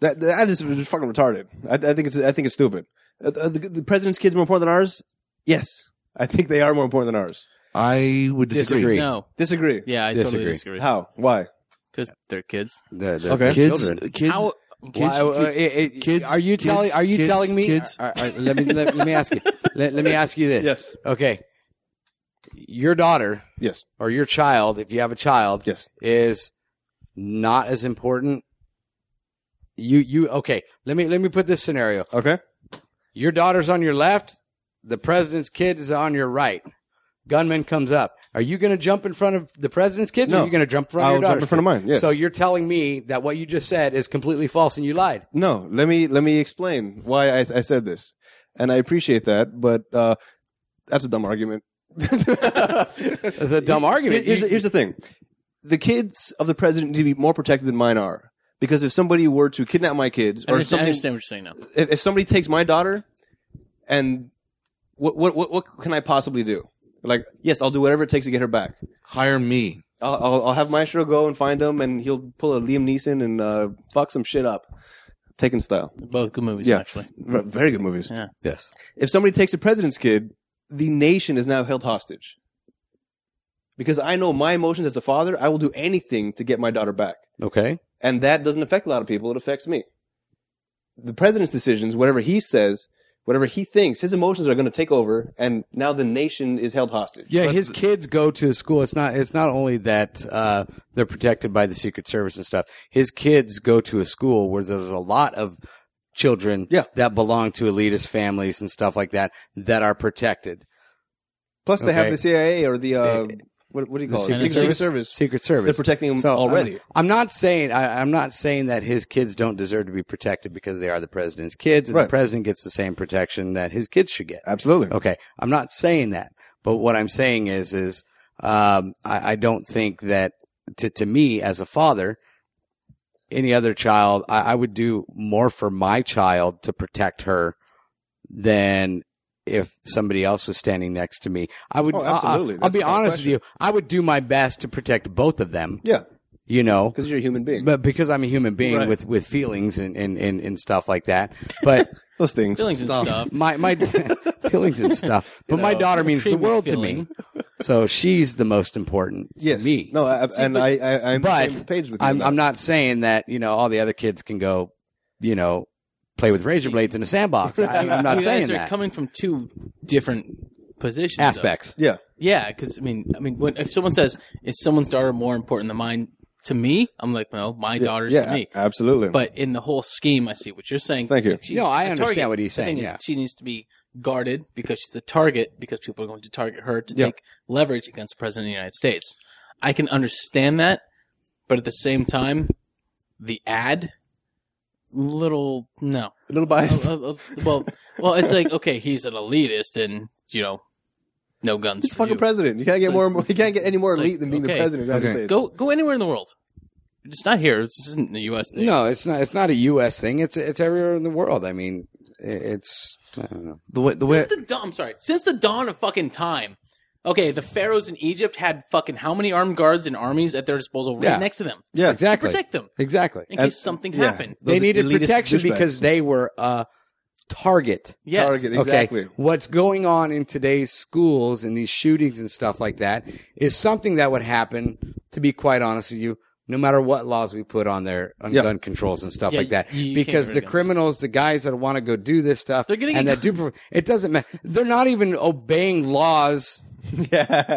That the ad is fucking retarded. I, I think it's I think it's stupid. Uh, the, the president's kids more important than ours? Yes, I think they are more important than ours.
I would disagree.
Disagree.
No,
Disagree.
yeah, I totally
Disagree.
disagree.
How? Why?
Because they're kids.
They're, they're
Okay.
Kids,
children.
kids,
How?
kids,
Why- uh,
kids-
it- it-
kids,
are you
kids,
telling? Are you
kids,
telling me?
kids.
all right, all right, let me let, let me ask you. [LAUGHS] Let, let me ask you this.
Yes.
Okay. Your daughter
Yes.
or your child, if you have a child,
Yes.
is not as important. You you okay? Let me let me put this scenario.
Okay.
Your daughter's on your left. The president's kid is on your right. Gunman comes up. Are you going to jump in front of the president's kids, or
No.
are you going to jump in front
I'll
of your
jump
daughter's
in front of
kid?
mine, yes.
So you're telling me that what you just said is completely false, and you lied.
No. Let me let me explain why I, I said this, and I appreciate that, but uh, that's a dumb
[LAUGHS]
argument.
That's a dumb argument.
Here's,
You-
here's the thing: the kids of the president need to be more protected than mine are, because if somebody were to kidnap my kids
I
or
understand, I
something,
understand what you're saying now.
if, if somebody takes my daughter, and what, what what what can I possibly do? Like, yes, I'll do whatever it takes to get her back.
Hire me.
I'll I'll, I'll have Maestro go and find him, and he'll pull a Liam Neeson and uh, fuck some shit up, Taken style.
Both good movies,
Yeah,
actually.
V- very good movies.
Yeah.
Yes.
If somebody takes a president's kid, the nation is now held hostage. Because I know my emotions as a father, I will do anything to get my daughter back.
Okay.
and that doesn't affect a lot of people. It affects me. The president's decisions, whatever he says, whatever he thinks, his emotions are going to take over, and now the nation is held hostage.
Yeah, his kids go to a school. It's not. It's not only that uh, they're protected by the Secret Service and stuff. His kids go to a school where there's a lot of children
Yeah.
that belong to elitist families and stuff like that that are protected.
Plus, they have
Okay.
the CIA or the uh, what, what do you call it?
Secret Service?
Secret Service.
They're protecting them already.
I'm, I'm not saying I, I'm not saying that his kids don't deserve to be protected because they are the president's kids, and the
Right.
president gets the same protection that his kids should get.
Absolutely.
Okay, I'm not saying that, but what I'm saying is, is um, I, I don't think that to to me as a father, any other child, I, I would do more for my child to protect her than if somebody else was standing next to me. I would.
Oh, absolutely.
I, will
That's
be
without
honest
question.
with you. I would do my best to protect both of them.
Yeah,
You know,
because you're a human being.
but because I'm a human being
Right.
with with feelings and and and, and stuff like that,
[LAUGHS]
but.
Those things.
Feelings and stuff.
My my feelings and stuff. But my
know,
daughter means the
creepy
world
feeling.
to me. So she's the most important
Yes.
to me.
No, I, and I, I, I'm on the same
but
page with you. on
I'm
that.
I'm not saying that, you know, all the other kids can go, you know, play with razor blades in a sandbox. I, I'm
[LAUGHS]
not
you
saying
guys are
that.
coming from two different positions. though.
Aspects.
Yeah.
Yeah, because I mean, I mean, when, if someone says is someone's daughter more important than mine to me, I'm like, no, my daughter's
Yeah.
to me.
Absolutely.
But in the whole scheme, I see what you're saying.
Thank you.
She's
No, I
a
understand
target.
what he's
The thing
saying,
is,
yeah.
she needs to be guarded because she's a target because people are going to target her to
Yeah.
take leverage against the president of the United States. I can understand that, but at the same time, the ad little
[LAUGHS]
no
a little biased.
Uh, uh, uh, well well it's like okay he's an elitist and you know no guns
He's
for
fucking
you.
president. You can't get
So
more.
it's-
You can't get any more
it's
elite
like,
than being
okay.
the president of the United
Okay.
States.
Go go anywhere in the world. It's not here. This isn't the U.S. thing.
No, it's not it's not a US thing. It's it's everywhere in the world. I mean, it- it's I don't know.
The way, the way,
Since the dawn, I'm sorry. Since the dawn of fucking time. Okay, the pharaohs in Egypt had fucking how many armed guards and armies at their disposal right
Yeah.
next to them
Yeah.
to
Exactly.
protect them
Exactly.
in
And-
case something
Yeah.
happened.
They
Those
needed
elitist
protection
douchebags.
because they were a target.
Yes.
Target exactly.
Okay. What's going on in today's schools and these shootings and stuff like that is something that would happen, to be quite honest with you, no matter what laws we put on there on
Yeah.
gun controls and stuff
Yeah,
like that.
you- you can't
because
get rid
the
of guns.
criminals, the guys that want to go do this stuff,
They're getting
and that do, it doesn't matter. They're not even obeying laws.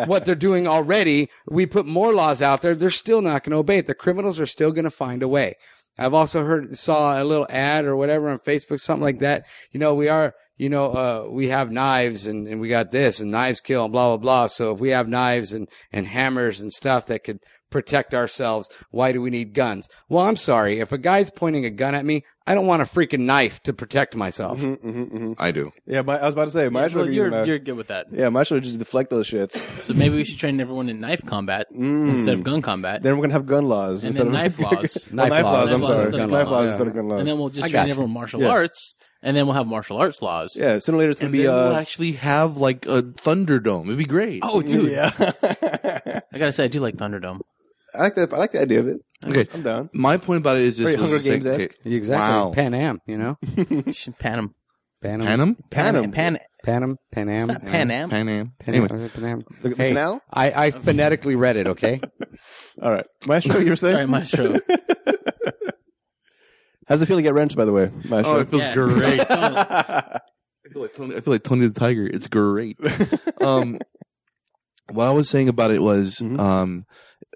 What they're doing already, we put more laws out there. They're still not going to obey it. The criminals are still going to find a way. I've also heard saw a little ad or whatever on Facebook, something like that. You know, we are, you know, uh, we have knives and, and we got this and knives kill and blah blah blah. So if we have knives and and hammers and stuff that could protect ourselves, why do we need guns? Well, I'm sorry, if a guy's pointing a gun at me, I don't want a freaking knife to protect myself.
Mm-hmm.
I do.
Yeah, my, I was about to say, might as well
well,
use
you're,
my-
you're good with that.
yeah, might as well just deflect those shits.
So maybe we should train everyone in knife combat
Mm.
instead of gun combat,
Then we're gonna have gun laws
and
instead
then
of
knife laws,
Oh, [LAUGHS] knife, laws. I'm
Knife laws
sorry,
instead
knife
of gun
laws
laws.
instead of gun laws.
and then we'll just
I
train
gotcha.
everyone martial
Yeah.
arts, and then we'll have martial arts laws.
yeah, sooner or later it's gonna
And
be
then we'll
uh,
actually have like a Thunderdome. It'd be great.
Oh,
[LAUGHS]
dude,
yeah.
I gotta say, I do like Thunderdome.
I like that. I like the idea of it.
okay.
I'm down.
My point about it is
Very
this: was
Hunger
just like,
Games-esque.
okay,
Exactly.
Wow.
Pan Am, you know?
Pan Am,
Pan Am.
Panem,
Pan
Pan,
Am.
Pan,
Pan Am. Pan
it's
Am.
not Pan Am.
Pan Am.
Pan Am.
Anyway,
Pan Am.
The, the
Hey,
canal.
I, I phonetically read it, okay?
All right,
[LAUGHS]
Maestro, you were saying.
Sorry, Maestro.
[LAUGHS] How's it feel to get wrenched? By the way, Maestro.
oh, it feels
Yeah.
[LAUGHS] great.
[LAUGHS] Totally.
I feel like Tony, I feel like Tony the Tiger.
[LAUGHS]
It's great. um, what I was saying about it was,
Mm-hmm.
um,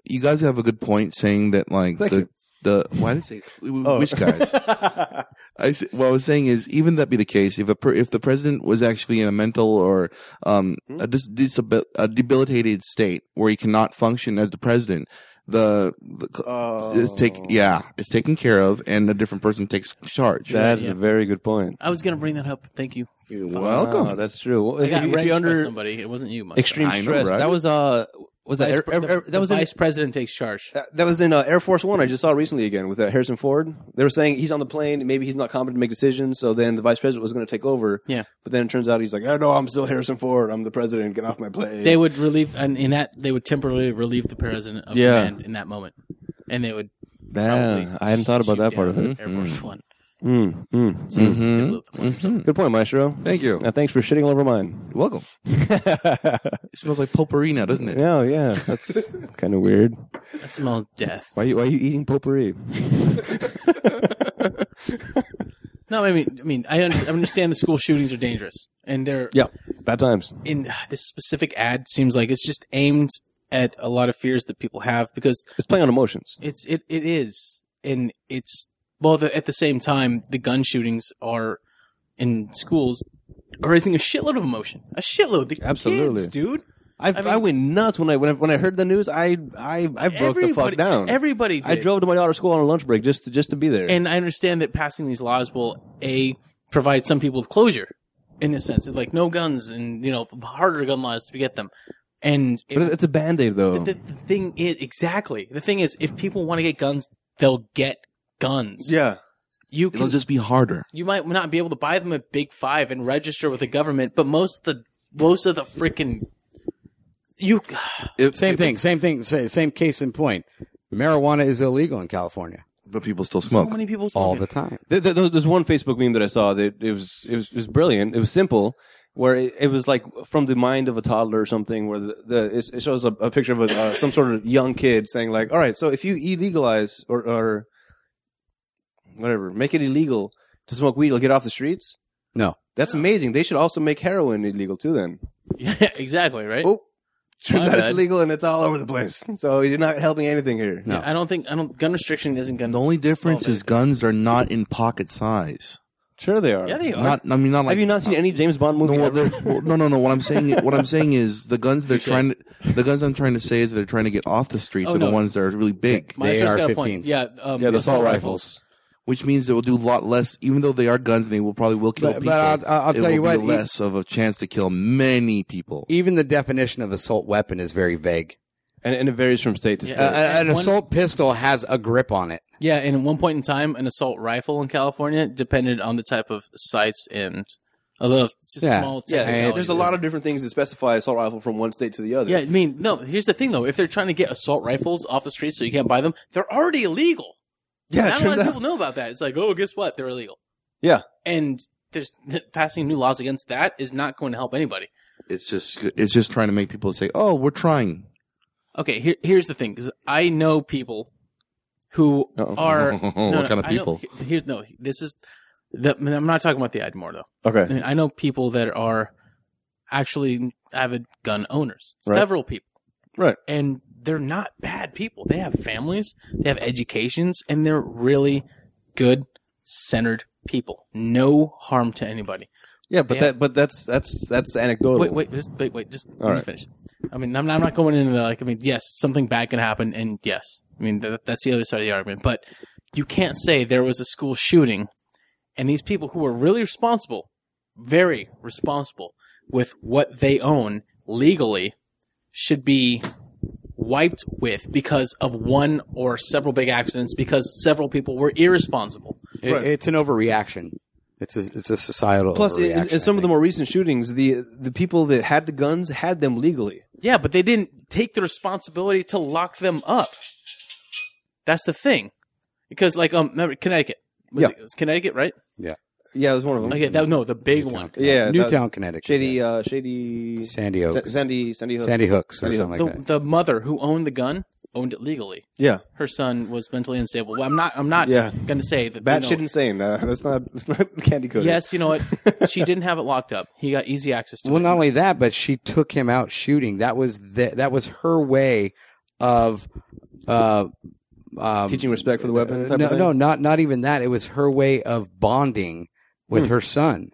you guys have a good point saying that like
Thank
the
you. Oh.
the why did I say which
[LAUGHS]
guys? I s- what I was saying is even that be the case if a per, if the president was actually in a mental or um a, dis, disabil, a debilitated state where he cannot function as the president. The, the c- it's take yeah it's taken care of and a different person takes charge.
That is
Yeah.
a very good point.
I was gonna bring that up. Thank you.
You're welcome.
Wow, that's true. Well,
I
if,
got
you- if
wrenched
you're
by
under
somebody. It wasn't you, Mike.
extreme
I know,
stress,
right?
that was uh, was that
Vice,
Air-
pre-
Air-
the-
Air-
the
that was in,
vice president takes charge.
that- that was in uh, Air Force One. I just saw recently again with uh, Harrison Ford. They were saying he's on the plane. Maybe he's not competent to make decisions. So then the vice president was going to take over.
Yeah.
But then it turns out he's like, oh no, I'm still Harrison Ford. I'm the president. Get off my plane.
They would relieve, and in that they would temporarily relieve the president of
Yeah.
command in that moment, and they would. probably
yeah, I hadn't thought about
shoot
that part of
down
it.
Air Force One.
Mm, mm.
So it was- they blew up the plane or something.
Good point, Maestro.
Thank you.
And thanks for shitting all over mine. [LAUGHS]
You're welcome. It smells like potpourri now, doesn't it?
No, yeah, [LAUGHS] that's kind of weird.
That smells death.
Why are you, why are you eating potpourri?
No, I mean, I mean, I un- I understand the school shootings are dangerous, and they're
Yeah, bad times.
in this specific ad seems like it's just aimed at a lot of fears that people have because
It's playing on emotions.
it's it it is, and it's well the, at the same time the gun shootings are in schools are raising a shitload of emotion, a shitload. The
Absolutely.
kids, dude.
i I,
mean-
went nuts when I when I, when I heard the news. I I I broke the fuck
Everybody-
down.
Everybody. Did.
I drove to my daughter's school on a lunch break just to, just to be there.
and I understand that passing these laws will a provide some people with closure in this sense, like no guns and you know harder gun laws to get them. And it-
but it's, it's a band aid though.
the, the thing is exactly the thing is if people want to get guns, they'll get guns.
yeah,
you
It'll
can,
just be harder.
you might not be able to buy them at Big Five and register with the government, but most of the most of the freaking you [SIGHS]
It,
[LAUGHS] Same thing, same thing, sa- same case in point. Marijuana is illegal in California
but people still
so
smoke.
many people
all
smoking.
the time.
There- there- there- There's one Facebook meme that I saw that it was it was, it was brilliant. It was simple, where it, it was like from the mind of a toddler or something. Where the, the it, it shows a, a picture of a, uh, some sort of young kid saying like, "All right, so if you illegalize or, or whatever, make it illegal to smoke weed, it'll get off the streets."
No.
that's amazing. They should also make heroin illegal too. Then
yeah, exactly right.
oh, turns
[LAUGHS] My
out it's
bad.
illegal and it's all over the place. So you're not helping anything here.
No.
I don't think I don't gun restriction isn't gun.
The only difference is guns are not in pocket size.
Sure they are.
yeah they are.
Not, I mean, not like.
Have you not seen any James Bond movie?
No, well,
ever?
they're- well, no, no, no. What I'm saying, what I'm saying is the guns they're trying to, the guns I'm trying to say is they're trying to get off the streets
Oh,
are the
no.
ones that are really big,
Maestro's got a
AR-15s.
point. Yeah, um,
yeah, the
assault
assault rifles.
which means they will do a lot less. Even though they are guns, and they will probably will kill
But-
people.
but I'll- I'll
it
tell
will
you
be
what, e-
less of a chance to kill many people.
Even the definition of assault weapon is very vague.
and, and it varies from state to state.
Uh, an
and one-
assault pistol has a grip on it.
Yeah, and at one point in time, an assault rifle in California depended on the type of sights and a little it's a
Yeah.
small.
Yeah,
technology.
there's a lot of different things that specify assault rifle from one state to the other.
Yeah, I mean, no. Here's the thing, though. If they're trying to get assault rifles off the streets so you can't buy them, they're already illegal.
yeah,
Not a lot of people know about that. It's like, oh, guess what? They're illegal.
Yeah.
And there's passing new laws against that is not going to help anybody.
It's just, it's just trying to make people say, "Oh, we're trying."
Okay, here, here's the thing, because I know people who
Uh-oh.
[LAUGHS]
are
What kind of
I know-
people?
he- here's no. This is. The, I'm not talking about the ad more though. I,
Okay.
mean, I know people that are actually avid gun owners.
Right.
Several people.
Right.
And they're not bad people. They have families, they have educations, and they're really good, centered people. No harm to anybody.
Yeah, but
Yeah.
that but that's that's that's anecdotal.
Wait, wait, just wait, wait, just let me
right.
finish. I mean, I'm, I'm not going into the, like, I mean, yes, something bad can happen, and yes, I mean, that, that's the other side of the argument, but you can't say there was a school shooting And these people who are really responsible, very responsible with what they own legally, should be wiped with because of one or several big accidents because several people were irresponsible.
It, It's an overreaction. It's a, it's a societal
Plus, in,
overreaction.
in some
I
of the
think.
more recent shootings, the the people that had the guns had them legally.
Yeah, but they didn't take the responsibility to lock them up. That's the thing. Because like um remember Connecticut. Was
Yeah.
it, it was Connecticut, right?
Yeah, that was one of them.
Okay, that no, the big one.
Yeah,
Newtown,
that-
Connecticut.
Shady, uh, shady,
Sandy Oaks.
Sa- Sandy, Sandy, Hook.
Sandy Hooks or
Sandy
something like
The,
that.
the mother who owned the gun owned it legally.
Yeah,
Her son was mentally unstable. Well, I'm not I'm not
Yeah.
going to say that
bad
you know-
shit insane. Uh, that's not that's not [LAUGHS] candy coated.
Yes, you
[LAUGHS]
know what? she didn't have it locked up. He got easy access to
Well,
it.
not only that, but she took him out shooting. That was the, that was her way of uh, um,
teaching respect for the weapon.
Uh,
type
no,
of thing?
no, not not even that. It was her way of bonding with her son.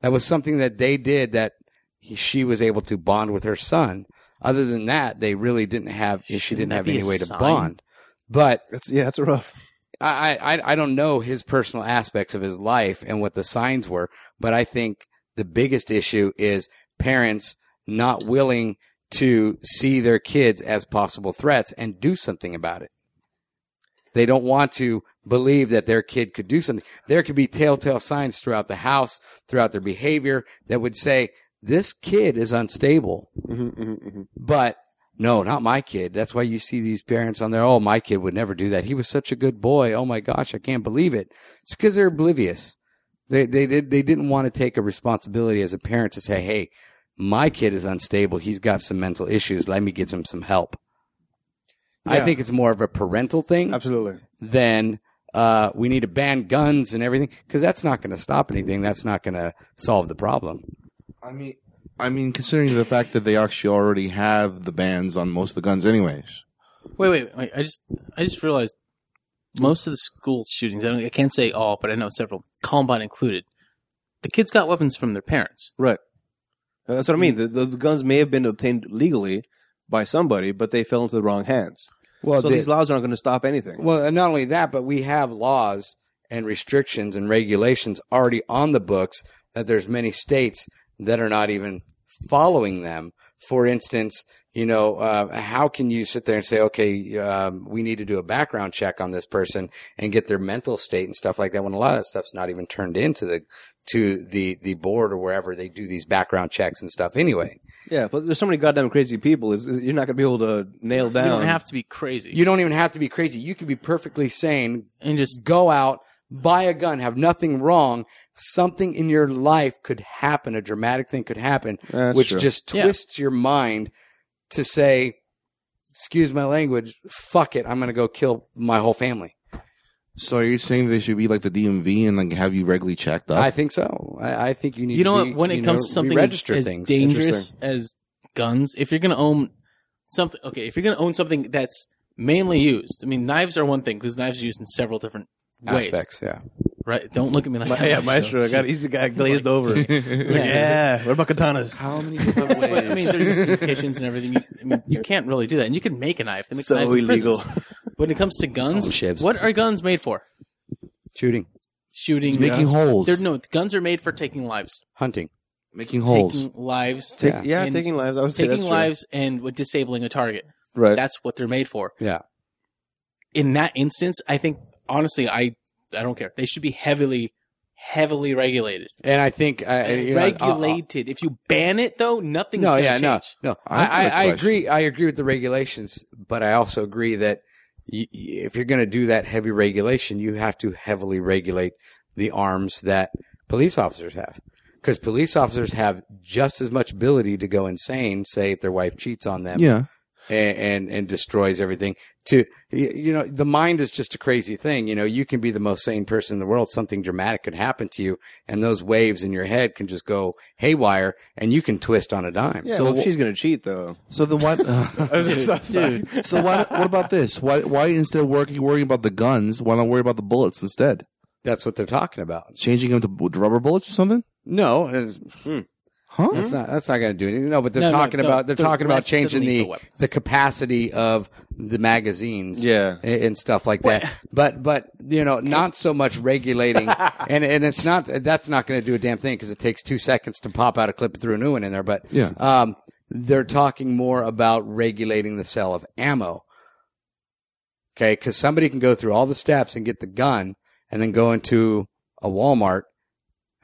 That was something that they did that he, she was able to bond with her son. Other than that, they really didn't have. she
Shouldn't
didn't
that
have
be
any
a
way to
sign?
bond. But
That's yeah, that's
[LAUGHS]
rough.
I, I- I I don't know his personal aspects of his life and what the signs were, but I think the biggest issue is parents not willing to see their kids as possible threats and do something about it. They don't want to believe that their kid could do something. There could be telltale signs throughout the house, throughout their behavior that would say, this kid is unstable. But no, not my kid. That's why you see these parents on there. Oh, my kid would never do that. He was such a good boy. Oh my gosh, I can't believe it. It's because they're oblivious. They they did they didn't want to take a responsibility as a parent to say, hey, my kid is unstable. He's got some mental issues. Let me get him some help. I
Yeah.
think it's more of a parental thing
Absolutely.
than uh, we need to ban guns and everything because that's not going to stop anything. That's not going to solve the problem.
I mean, I mean, considering the fact that they actually already have the bans on most of the guns, anyways.
Wait, wait, wait. I just, I just realized most of the school shootings. I, don't, I can't say all, but I know several, Columbine included. The kids got weapons from their parents.
Right. Uh, That's what I mean. The, the guns may have been obtained legally by somebody, but they fell into the wrong hands.
Well,
so
the-
these laws aren't going to stop anything.
Well, and not only that, but we have laws and restrictions and regulations already on the books that there's many states that are not even following them. For instance, you know, uh, how can you sit there and say, okay, um, we need to do a background check on this person and get their mental state and stuff like that when a lot of that stuff's not even turned into the, to the, the board or wherever they do these background checks and stuff anyway.
yeah, but there's so many goddamn crazy people. Is you're not going to be able to nail down.
You don't have to be crazy.
You don't even have to be crazy. You could be perfectly sane,
and just
go out, buy a gun, have nothing wrong. Something in your life could happen. A dramatic thing could happen,
That's
which
true.
just
Yeah.
twists your mind to say, excuse my language, fuck it. I'm going to go kill my whole family.
So are you saying they should be like the DMV and like have you regularly checked up?
I think so. I, I think you need
you know
to be,
what, when it
you
comes
know,
to something as,
re-register
as
things.
dangerous as guns if you're going to own something okay if you're going to own something that's mainly used i mean knives are one thing because knives are used in several different ways
aspects. Yeah.
right don't look at me like
My,
that.
yeah, maestro, I got he's the [LAUGHS] guy glazed over. yeah. what about katanas?
[LAUGHS]
How many different
But, I mean,
ways?
there's just kitchens and everything. You, I mean, you can't really do that. And you can make a knife. They make
So
knives in
illegal.
prisons. When it comes to guns,
Oh, shivs.
what are guns made for?
Shooting,
Shooting, uh,
making holes,
They're, no, guns are made for taking lives,
hunting.
making holes.
taking lives,
Take,
Yeah.
yeah,
And
taking lives. I would say
taking
that's true.
lives, and with disabling a target.
Right.
That's what they're made for.
Yeah.
In that instance, I think honestly, I I don't care. They should be heavily, heavily regulated.
And I think uh, you know, I- I-
regulated. if you ban it, though, nothing's
no,
going to
yeah,
change.
no, no.
I've got
I, I,
a
I
question.
agree. I agree with the regulations, but I also agree that y- y- if you're going to do that heavy regulation, you have to heavily regulate the arms that police officers have, because police officers have just as much ability to go insane, say if their wife cheats on them,
Yeah.
and, and and destroys everything. To you, you know, the mind is just a crazy thing. You know, you can be the most sane person in the world. Something dramatic could happen to you, and those waves in your head can just go haywire, and you can twist on a dime.
yeah,
So
so
wh-
she's going to cheat though.
So then [LAUGHS] what?
Dude,
so why, what about this? Why why instead of working worrying about the guns, why not worry about the bullets instead?
That's what they're talking about.
Changing them to b- rubber bullets or something?
No, it's- hmm.
Huh?
That's not that's not going to do anything. No, but they're
No, no,
talking
no,
about they're
the
talking about
less
changing
than
the
lethal weapons.
the capacity of the magazines,
Yeah.
a- and, stuff
[LAUGHS]
like that. But but you know, not so much regulating, and and it's not that's not going to do a damn thing because it takes two seconds to pop out a clip and through a new one in there. But
Yeah.
um, they're talking more about regulating the sale of ammo. Okay, because somebody can go through all the steps and get the gun, and then go into a Walmart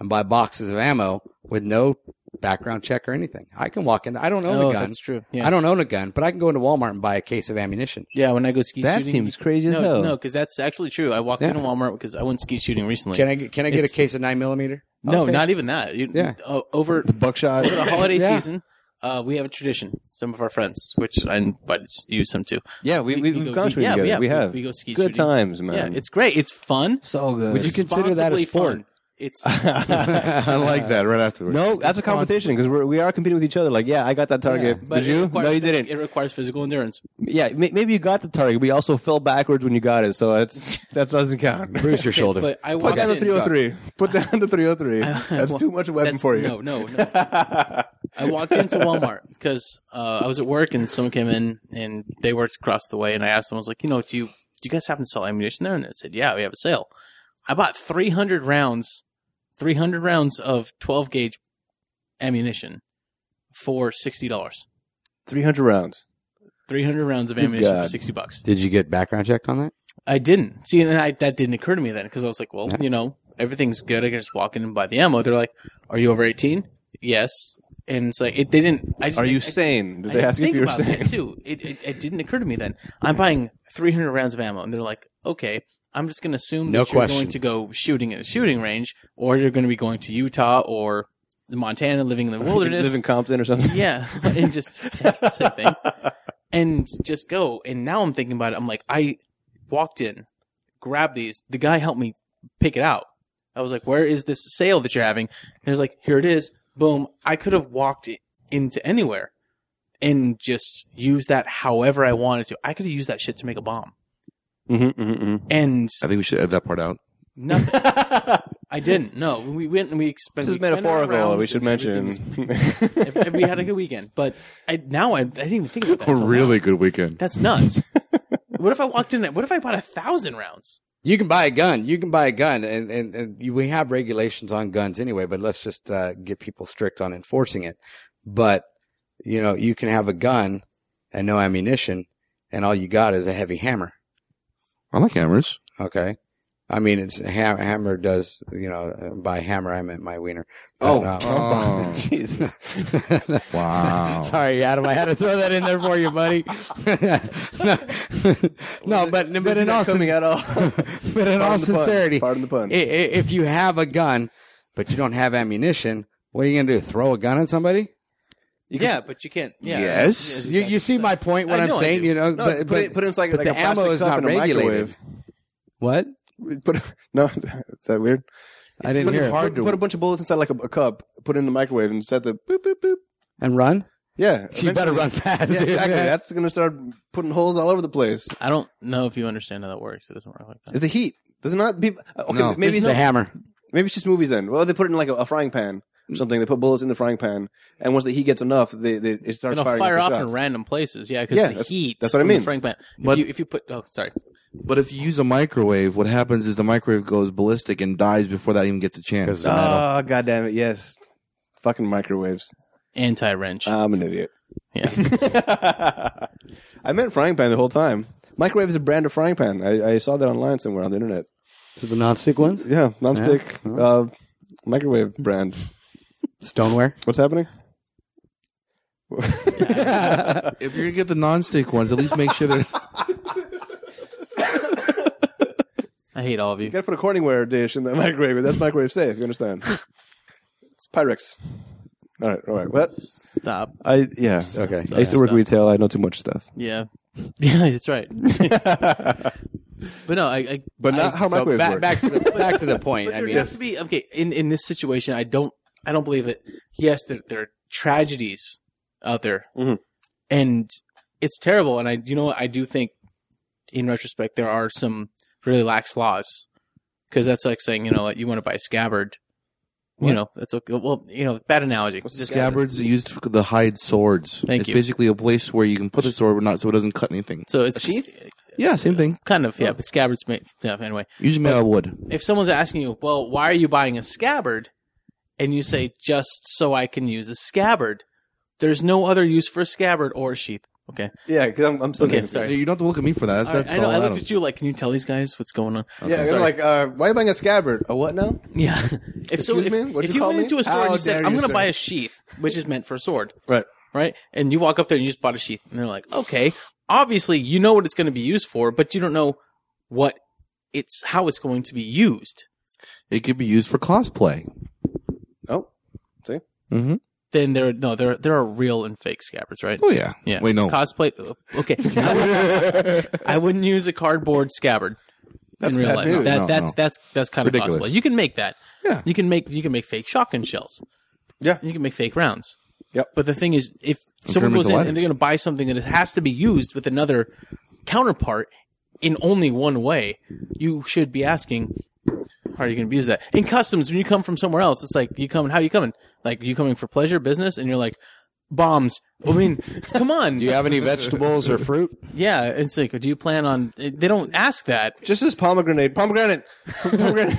and buy boxes of ammo with no background check or anything. I can walk in. I don't own
Oh,
a gun.
that's true. Yeah.
I don't own a gun, but I can go into Walmart and buy a case of ammunition.
Yeah, when I go ski
That
shooting,
seems crazy as
no,
hell.
No, because that's actually true. I walked
Yeah.
into Walmart because I went ski shooting recently.
Can I get, can I get a
It's-
case of nine millimeter?
No,
Okay.
not even that. You,
Yeah.
o- over
The buckshot.
over the holiday
[LAUGHS] Yeah.
season, uh, we have a tradition. Some of our friends, which I invited you some too.
yeah, we, we,
we
have
go-
gone
we-
shooting
yeah,
together.
yeah,
we
we-
have.
we go ski
Good
shooting.
times, man.
Yeah, it's great. It's fun.
so good.
Would you consider that a
Responsibly
sport?
fun. It's
[LAUGHS] I like that right afterwards.
no, that's a competition because we're, we are competing with each other. Like, yeah, I got that target.
but
Did
it
you?
requires
No, you
phys-
didn't.
It requires physical endurance.
yeah, may, maybe you got the target. We also fell backwards when you got it, so that's that doesn't count.
Bruise [LAUGHS] your shoulder.
But I
Put
walked
down the
in-
303. Put down the
[LAUGHS]
303. That's too much weapon
That's-
for you.
No, no, no.
[LAUGHS]
I walked into Walmart because uh, I was at work and someone came in and they worked across the way and I asked them, I was like, you know, do you do you guys happen to sell ammunition there? And they said, yeah, we have a sale. I bought 300 rounds, 300 rounds of 12 gauge ammunition for sixty dollars.
300 rounds.
300 rounds of ammunition for
God.
60 bucks.
Did you get background checked on that?
I didn't see, and I, that didn't occur to me then because I was like, well, you know, everything's good. I can just walk in and buy the ammo. They're like, are you over eighteen? Yes, and it's like it. They didn't. I just,
Are you
I-
sane? Did they
I didn't
ask if
think
you were
about that,
sane?
too. It, it it didn't occur to me then. I'm buying 300 rounds of ammo, and they're like, okay. I'm just going to assume
No
that
question.
you're going to go shooting at a shooting range, or you're going to be going to Utah or Montana,
[LAUGHS]
living in the wilderness,
Live in Compton or
[LAUGHS]
something.
yeah, [LAUGHS] and just same, same thing, and just go. And now I'm thinking about it. I'm like, I walked in, grabbed these. The guy helped me pick it out. I was like, "Where is this sale that you're having?" And he's like, "Here it is." Boom. I could have walked i- into anywhere and just used that however I wanted to. I could have used that shit to make a bomb.
Mm-hmm,
And
I think we should edit that part out.
nothing. I didn't. No, we went and we expended.
This is metaphorical. We should mention.
we had a good weekend, but I, now I, I didn't even think about
[LAUGHS]
that. till now.
good weekend.
That's nuts. [LAUGHS] what if I walked in? at- What if I bought a thousand rounds?
You can buy a gun. You can buy a gun, and and, and you, we have regulations on guns anyway. But let's just uh, get people strict on enforcing it. But you know, you can have a gun and no ammunition, and all you got is a heavy hammer.
I like hammers.
Okay. I mean, it's ha- hammer does, you know, by hammer, I meant my wiener.
Oh.
But, uh,
[LAUGHS]
[LAUGHS]
Oh.
[LAUGHS] Jesus. [LAUGHS]
Oh.
Wow.
Sorry, Adam. I had to throw that in there for
[LAUGHS]
you, buddy. [LAUGHS] no, but, but in all, sin-
at all.
[LAUGHS]
[LAUGHS]
but in all sincerity,
Pardon the pun.
i- i- if you have a gun, but you don't have ammunition, what are you going to do? Throw a gun at somebody?
yeah, but you can't. Yeah,
Yes.
You, you see my point, what
I
I'm
know I
saying,
do.
you know,
No,
but,
put,
but
it, put it in like,
but
like a
the ammo
plastic
is
cup
not
in a microwave.
regulated. what?
Put [LAUGHS] no, is that weird?
I didn't
Put,
hear
a-
it.
put, put a bunch of bullets inside like a, a cup. Put it in the microwave and set the boop boop boop.
And run?
Yeah,
[LAUGHS] You better
eventually-
run [LAUGHS] fast.
Yeah,
dude.
exactly. That's gonna start putting holes all over the place.
I don't know if you understand how that works. It doesn't work like that.
It's the heat. Does it not be uh, okay?
No.
maybe it's
Just a hammer.
Maybe it's just movies then. Well, they put it in like a, a frying pan or something. They put bullets in the frying pan, and once the heat gets enough, they, they, it starts
It'll
firing
fire
off
off
the
in
shots.
random places. Yeah, because
Yeah,
the
that's-
heat.
that's what I
from the
mean.
Frank Pan. If
But-
you if you put oh sorry
But if you use a microwave, what happens is the microwave goes ballistic and dies before that even gets a chance.
Oh god damn it! Yes, fucking microwaves.
anti wrench.
I'm an idiot.
yeah,
[LAUGHS] I meant frying pan the whole time. Microwave is a brand of frying pan. I, I saw that online somewhere on the internet.
To the non-stick ones?
Yeah, nonstick Uh, microwave brand.
Stoneware?
What's happening?
If you're gonna get the non-stick ones, at least make sure they're
I hate all of you.
You gotta put a Corningware dish in the [LAUGHS] microwave. That's microwave safe. You understand? it's Pyrex. All right, all right. Well,
Stop.
I yeah.
Okay.
I used to work retail. I know too much stuff. [LAUGHS]
Yeah, [LAUGHS] yeah, that's right. [LAUGHS] but no, I. I
But not
I-
how
So
microwaves
back,
work.
back to
[LAUGHS]
the back to the point. I
But there
mean,
has to be okay in in this situation. I don't I don't believe that. Yes, there there are tragedies out there,
Mhm.
and it's terrible. And I you know what I do think in retrospect there are some really lax laws because that's like saying you know what you want to buy a scabbard. You know, that's okay. Well, you know, bad analogy. What's
Scabbards are used for the hide swords.
Thank
it's
you.
basically a place where you can put the sword, but not so it doesn't cut anything.
So it's sheath? Oh.
Yeah, same thing.
kind of, yeah, but scabbards made, yeah, anyway.
Usually made out of wood.
if someone's asking you, well, why are you buying a scabbard? And you say, just so I can use a scabbard. There's no other use for a scabbard or a sheath. Okay.
Yeah, because I'm, I'm still
Okay,
confused.
So
sorry.
you don't have to look at me for that. That's,
All right,
that's
I know.
all
I
Adam.
looked at you like, can you tell these guys what's going on? [LAUGHS]
Yeah, I'm like, uh, why are you buying a scabbard? A what now?
Yeah. if so,
Excuse
if,
me? What'd
if
you
you
call
went
me?
into a store and
How
you said,
dare
I'm
you,
going to
sir."
buy a sheath, which is meant for a sword,
Right.
right? And you walk up there and you just bought a sheath. And they're like, okay, obviously you know what it's going to be used for, but you don't know what it's, how it's going to be used.
It could be used for cosplay.
Oh, see?
Mm-hmm.
Then there, no, there, there are real and fake scabbards, right?
Oh yeah.
Yeah.
Wait, no.
Cosplay.
[LAUGHS]
Okay. I, wouldn't- I wouldn't use a cardboard scabbard
That's
in real
bad
life.
news.
That,
No,
that's
no.
that's that's kind of
Ridiculous.
cosplay. You can make that.
Yeah.
You can make you can make fake shotgun shells.
Yeah.
You can make fake rounds.
Yep.
But the thing is, if someone
them
goes
into
in
ladders.
and they're going to buy something that has to be used with another counterpart in only one way, you should be asking, "How are you going to use that?" In customs, when you come from somewhere else, it's like you coming. How you coming? Like you coming for pleasure, business, and you're like. Bombs. I mean, [LAUGHS] come on.
Do you have any vegetables or fruit?
Yeah, it's like, do you plan on? They don't ask that.
Just this pomegranate. Pomegranate. [LAUGHS] pomegranate.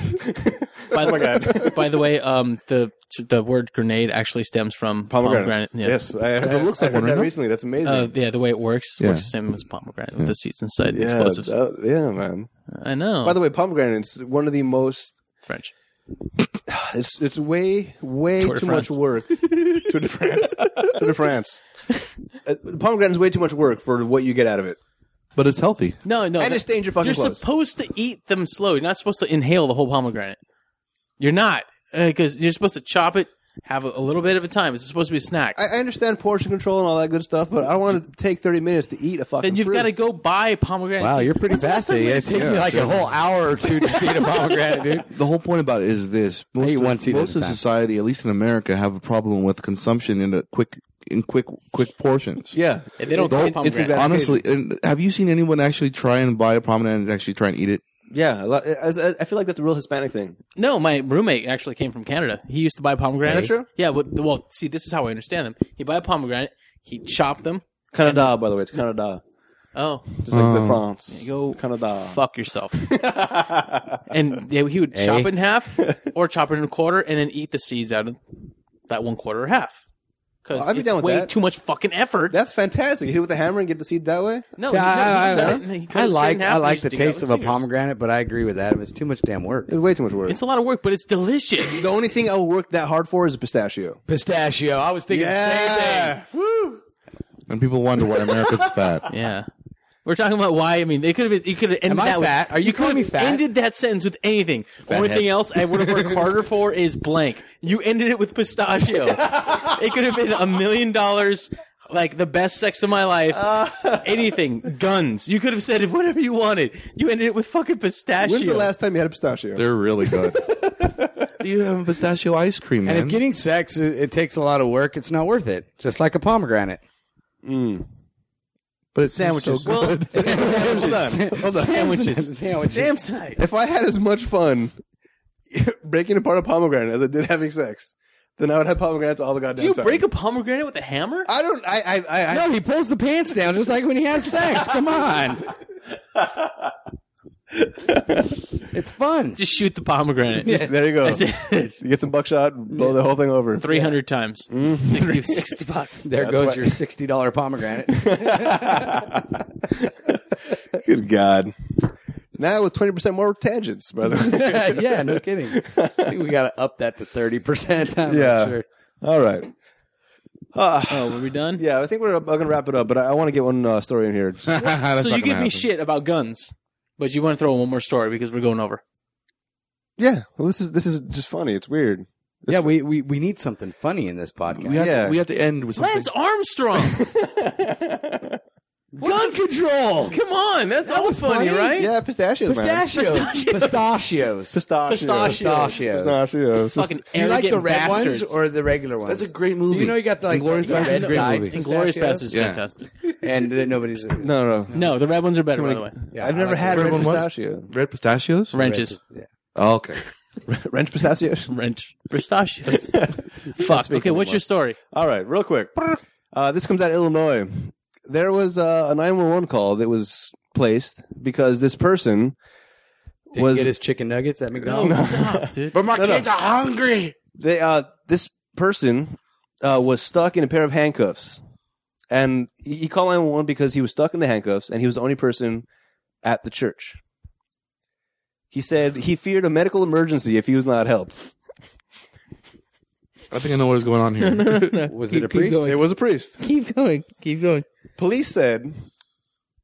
By
[LAUGHS]
the, by the way, um, the the word grenade actually stems from pomegranate. Yeah.
Yes, I, I,
it looks like
I
one,
heard that
right?
recently. That's amazing.
Uh, yeah, the way it works
Yeah.
works the same as pomegranate with the seeds inside the
yeah,
explosives.
that- yeah, man.
I know.
By the way, pomegranate's one of the most.
French.
It's it's way way
[LAUGHS] Tour de
too
France.
much work. Tour de France. Tour de
[LAUGHS]
France. Uh, pomegranate's way too much work for what you get out of it.
But it's healthy.
No, no.
And
that-
it's danger fucking
You're
close.
supposed to eat them slow. You're not supposed to inhale the whole pomegranate. You're not because you're supposed to chop it, have a, a little bit of a time. It's supposed to be a snack.
I, I understand portion control and all that good stuff, but I don't want to take thirty minutes to eat a fucking.
then you've
fruit.
got to go buy pomegranate.
Wow,
seeds.
you're pretty
When's the last
fast. eh?
time
It
you
takes me like a whole hour or two to feed a pomegranate, dude.
The whole point about it is this: most
eat
of,
one seed at
most
a
of
time.
society, at least in America, have a problem with consumption in a quick in quick quick portions.
Yeah,
Yeah, [LAUGHS] they don't call it pomegranate.
exactly-
Honestly, and have you seen anyone actually try and buy a pomegranate and actually try and eat it?
yeah. a lot- I, I- I feel like that's a real Hispanic thing.
No, my roommate actually came from Canada. He used to buy pomegranates.
Is that true?
Yeah, well, well, see, this is how I understand them. He'd buy a pomegranate, he'd chop them.
Canada, by the way, it's Canada,
Oh,
just like the France.
go
Canada.
fuck
[LAUGHS]
yourself. and they, he would
Eh?
chop it in
[LAUGHS]
half or chop it in a quarter and then eat the seeds out of that one quarter or half. Because
Well, I'd be down
it's
with
way
that.
too much fucking effort.
That's fantastic. You hit it with a hammer and get the seed that way.
no,
See,
he-
I,
no, he
I-
did that. He cut
I
it straight
like
in half
I
and he
like
just
the
dig out
taste
his
of a
fingers.
pomegranate, but I agree with Adam. It's too much damn work.
It's way too much work.
It's a lot of work, but it's delicious.
the only thing I will work that hard for is a pistachio.
Pistachio. I was thinking the same thing.
And people wonder why
[LAUGHS]
America's fat.
Yeah. We're talking about why. I mean, they could have. You could have
Am
ended
I
that. with-
fat? Are you
you could
calling me
have
fat?
Ended that sentence with anything. Only
head.
thing else I would
[LAUGHS]
have worked harder for is blank. You ended it with pistachio. it could have been a million dollars. Like the best sex of my life,
Uh.
anything, guns. You could have said whatever you wanted. You ended it with fucking pistachio.
When's the last time you had a pistachio?
They're really
[LAUGHS]
good. you have pistachio ice cream, man.
And if
Getting sex it, it takes a lot of work. It's not worth it. Just like a pomegranate.
Mm.
but it's
sandwiches.
So good.
[LAUGHS]
Well,
Hold on. Hold on.
sandwiches.
Sandwiches.
Samsonite.
If I had as much fun [LAUGHS] breaking apart a pomegranate as I did having sex, then I would have pomegranates all the goddamn
Do you
time.
break a pomegranate with a hammer?
I don't. I. I. I, I
No, he pulls the pants down just like when he has sex. Come
[LAUGHS]
on. it's fun.
Just shoot the pomegranate.
There you go.
That's it. [LAUGHS]
You get some buckshot, blow the whole thing over.
300 times.
Mm-hmm.
60, 60
[LAUGHS]
bucks.
There goes your sixty dollar pomegranate.
Good God. Now with 20% more tangents, by the
[LAUGHS]
way.
[LAUGHS]
yeah, no kidding. I think we got to up that to thirty percent.
Yeah. All right.
Oh, were we done?
Yeah, I think we're I'm gonna wrap it up, but I, I want to get one uh, story in
[LAUGHS]
here. Just-
[LAUGHS] That's
so
not
you
gonna
give me
happen.
shit about guns, but you want to throw in one more story because we're going over.
yeah, well, this is this is just funny. It's weird.
yeah. We, we we need something funny in this podcast.
We have,
Yeah.
to, we have to end with something.
Lance [LAUGHS] Armstrong. Gun control. Come on, that's all funny, right?
Yeah, pistachios,
Pistachios.
Pistachios.
Pistachios.
man. Pistachios.
Pistachios.
Pistachios.
Fucking
Do you like the
arrogant
red
bastards.
ones or the regular ones?
That's a great movie.
You know, you got the like
Inglourious
the
Basterds is
red
a great
dyed
movie.
Inglorious Bastards is
Yeah.
fantastic.
and then [LAUGHS] nobody's.
No, no.
No, the red ones are better, by
many-
the way.
Yeah,
I've
I
never
like
had
the
red
Everyone wants-
pistachio.
Red pistachios?
Wrenches.
[LAUGHS] Yeah.
Oh, okay.
Wrench pistachios.
Wrench pistachios. Fuck. Okay, what's your story?
[LAUGHS] All right, real quick. Uh, this comes out of Illinois. There was uh, a 911 call that was placed because this person
Did
was
he get his chicken nuggets at McDonald's? [LAUGHS]
Stop, dude.
But my
no.
kids are hungry.
they uh this person uh was stuck in a pair of handcuffs and he he called 911 because he was stuck in the handcuffs and he was the only person at the church he said he feared a medical emergency if he was not helped
I think I know what's going on here.
Was
Keep-
it a
keep
priest?
going.
it was a priest
[LAUGHS] Keep going. Keep going.
police said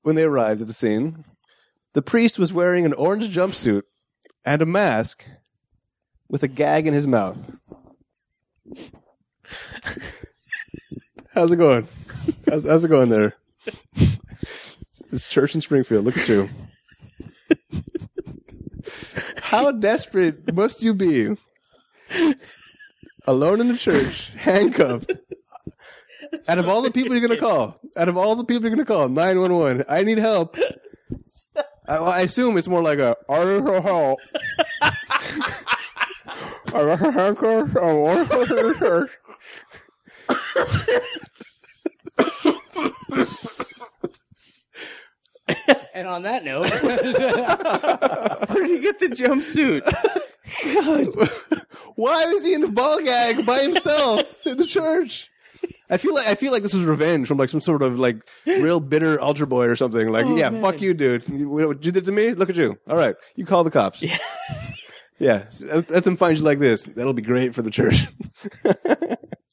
when they arrived at the scene the priest was wearing an orange jumpsuit and a mask with a gag in his mouth [LAUGHS] how's it going how's, how's it going there [LAUGHS] this church in springfield look at you [LAUGHS] how desperate must you be alone in the church [LAUGHS] handcuffed out of all the people you're gonna call, out of all the people you're gonna call, nine one one. I need help. I, I assume it's more like a "Are you help?" Are you handcuffed? Are you handcuffed?
And on that note,
Where did he get the jumpsuit?
Why was he in the ball gag by himself in the church? I feel like I feel like this is revenge from like some sort of like real bitter altar boy or something. Like, yeah, fuck you, dude. You, what you did to me. Look at you. All right, you call the cops. Yeah, so let let them find you like this. That'll be great for the church.
[LAUGHS]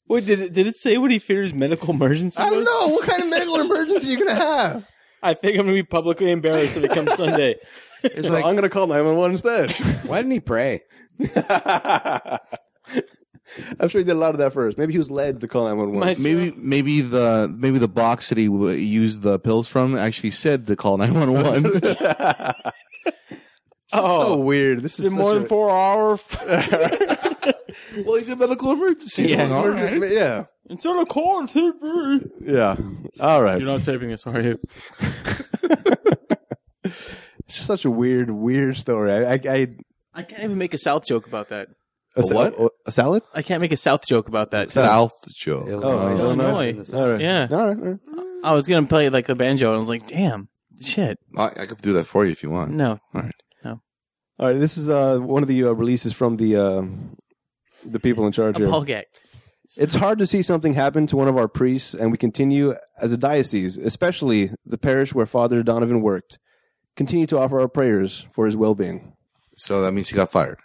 Wait, did it, did it say what he fears medical emergency?
I don't
was?
know what kind of [LAUGHS] medical emergency you're gonna have.
I think I'm gonna be publicly embarrassed if it comes Sunday.
It's like I'm gonna call 911 [LAUGHS] instead.
Why didn't he pray?
I'm sure he did a lot of that first. Maybe he was led to call 911.
Maybe maybe the maybe the box that he w- used the pills from actually said to call nine one one. [LAUGHS]
Oh, so weird. This is
more
such
than
a-
four hours.
Well, he's a medical emergency. Yeah,
[LAUGHS] Yeah,
It's on a call TV.
yeah. All right.
You're not taping this, are you?
It's just such a weird, weird story. I, I, I oh,
I can't even make a South joke about that.
a sa-
what?
A, salad?
I can't make a South joke about that.
South Joe.
Oh,
Illinois.
Illinois.
All right.
Yeah.
All right. all right.
I was gonna play like a banjo, and I was like, "Damn, shit,
I, I could do that for you if you want.
no."
All right. This is uh, one of the uh, releases from the uh, the people in charge here.
Paul Gag.
It's hard to see something happen to one of our priests, and we continue as a diocese, especially the parish where Father Donovan worked, continue to offer our prayers for his well-being. [LAUGHS]
So that means he got fired.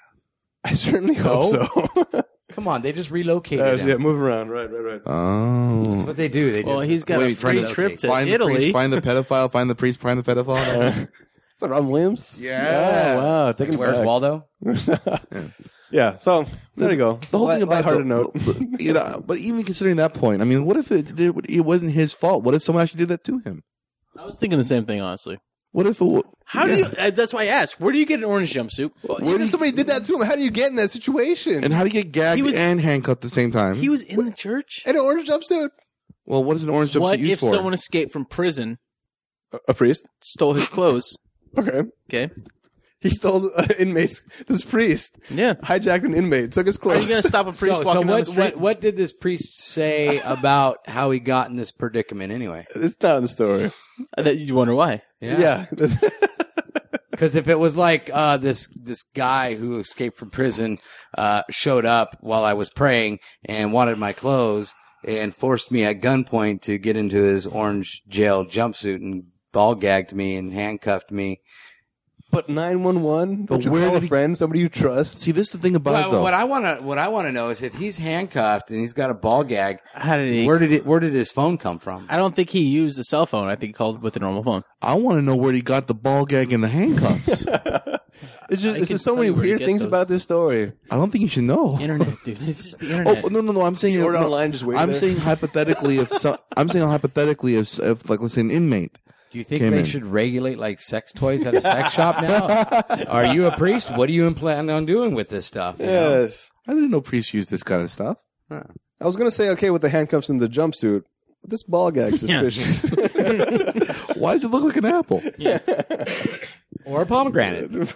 I certainly hope [LAUGHS] so.
Come on, they just relocated him.
Uh, yeah, move around. Right, right, right.
That's
Oh.
what they do. They
Well,
just,
he's got
Wait,
a
trying
free
to
trip to
find the
Italy.
priest, find the pedophile, find the priest, find the pedophile.
Is that Robin Williams?
Yeah.
Oh, wow. Taking it [LAUGHS]
where's
back.
Waldo?
Yeah. So there you go.
The whole thing about
hard [LAUGHS]
the-
note.
you know, but even considering that point, I mean, what if it did, it wasn't his fault? What if someone actually did that to him?
I was thinking the same thing, honestly.
What if it? wa-
How
Yeah. Mm-hmm.
do you? Uh, that's why I asked. Where do you get an orange jumpsuit?
Even if somebody did that to him, how do you get in that situation?
And how do you get gagged
He was-
and handcuffed at the same time?
He was in the church.
in an orange jumpsuit.
well, what is an orange jumpsuit
What
used
if
for?
someone escaped from prison,
A priest.
stole his clothes?
Okay.
Okay.
He stole uh, inmates. This priest
Yeah.
hijacked an inmate, took his
Are
clothes.
you gonna
[LAUGHS]
stop a priest walking
So, so
down
what,
the street?
what, what did this priest say about how he got in this predicament anyway?
[LAUGHS] it's not in the story.
Uh, that- you wonder why?
Yeah. [LAUGHS]
Because if it was like uh, this this guy who escaped from prison uh, showed up while I was praying and wanted my clothes and forced me at gunpoint to get into his orange jail jumpsuit and ball gagged me and handcuffed me.
but nine one one. But
where
where call
did
a
he-
friend, somebody you
[LAUGHS]
trust.
See, this is the thing about it,
Well,
though.
what I want to what I want to know is if he's handcuffed and he's got a ball gag,
How did he?
where did it, where did his phone come from?
I don't think he used a cell phone. I think he called with a normal phone.
I want to know where he got the ball gag and
[LAUGHS]
the handcuffs.
It's
I
just, it's
can
just so
tell
many
you where to
weird
get
things
those.
about this story.
I don't think you should know.
Internet, dude. It's just the internet.
Oh no no no! I'm saying
order
no,
online, just wait
I'm
there.
saying hypothetically
[LAUGHS]
if so, I'm saying hypothetically if, if like let's say an inmate.
Do you think
Came
they
in.
should regulate like sex toys at a sex shop now? Are you a priest? What do you plan on doing with this stuff? you know?
Yes.
I didn't know priests used this kind of stuff.
I was gonna say okay with the handcuffs and the jumpsuit. But this ball gag's suspicious.
Why does it look like an apple?
Or or a pomegranate.
[LAUGHS] You're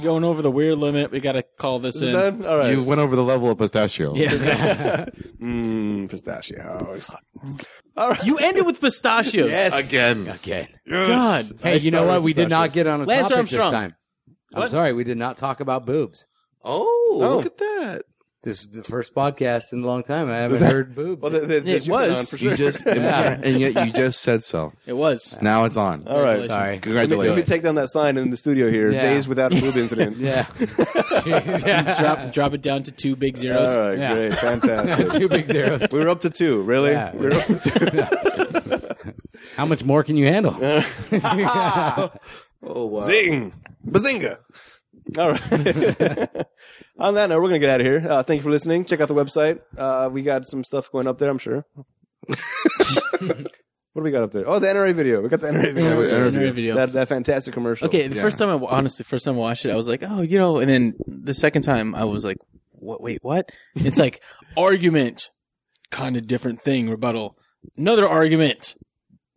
going over the weird limit. We got to call this
[LAUGHS]
in.
Done? All right.
You went over the level of pistachio.
Mm, pistachios.
[LAUGHS] You ended with pistachios.
Again.
Again.
God.
Hey, you know what? We did not get on a
Lance
topic
Armstrong.
this time. I'm
What?
sorry, we did not talk about boobs.
Oh, look at that.
This is the first podcast in a long time. I haven't heard boobs.
Well, th- th-
It
you've been
was.
on for
You
sure. [LAUGHS]
just and, and yet you just said so.
It was.
Now it's on.
All right.
Sorry.
Let me, let me
Congratulations.
take down that sign in the studio here.
Yeah.
Days without a boob
[LAUGHS]
incident.
Yeah.
Drop, drop it down to two big
All
zeros.
right,
Yeah.
great, fantastic.
Two big zeros.
we were up to two, really.
Yeah.
We were up to two.
[LAUGHS] How much more can you handle?
Zing, bazinga! All right. [LAUGHS] On that note, we're gonna get out of here. Uh, thank you for listening. Check out the website. Uh, we got some stuff going up there, I'm [LAUGHS] sure. what do we got up there? Oh, the NRA video. We got the NRA video.
NRA video.
That, that fantastic commercial.
Okay, the first time I honestly, first time I watched it, I was like, oh, you know, and then the second time I was like, what? Wait, what? It's [LAUGHS] like argument, kind of different thing. Rebuttal, another argument.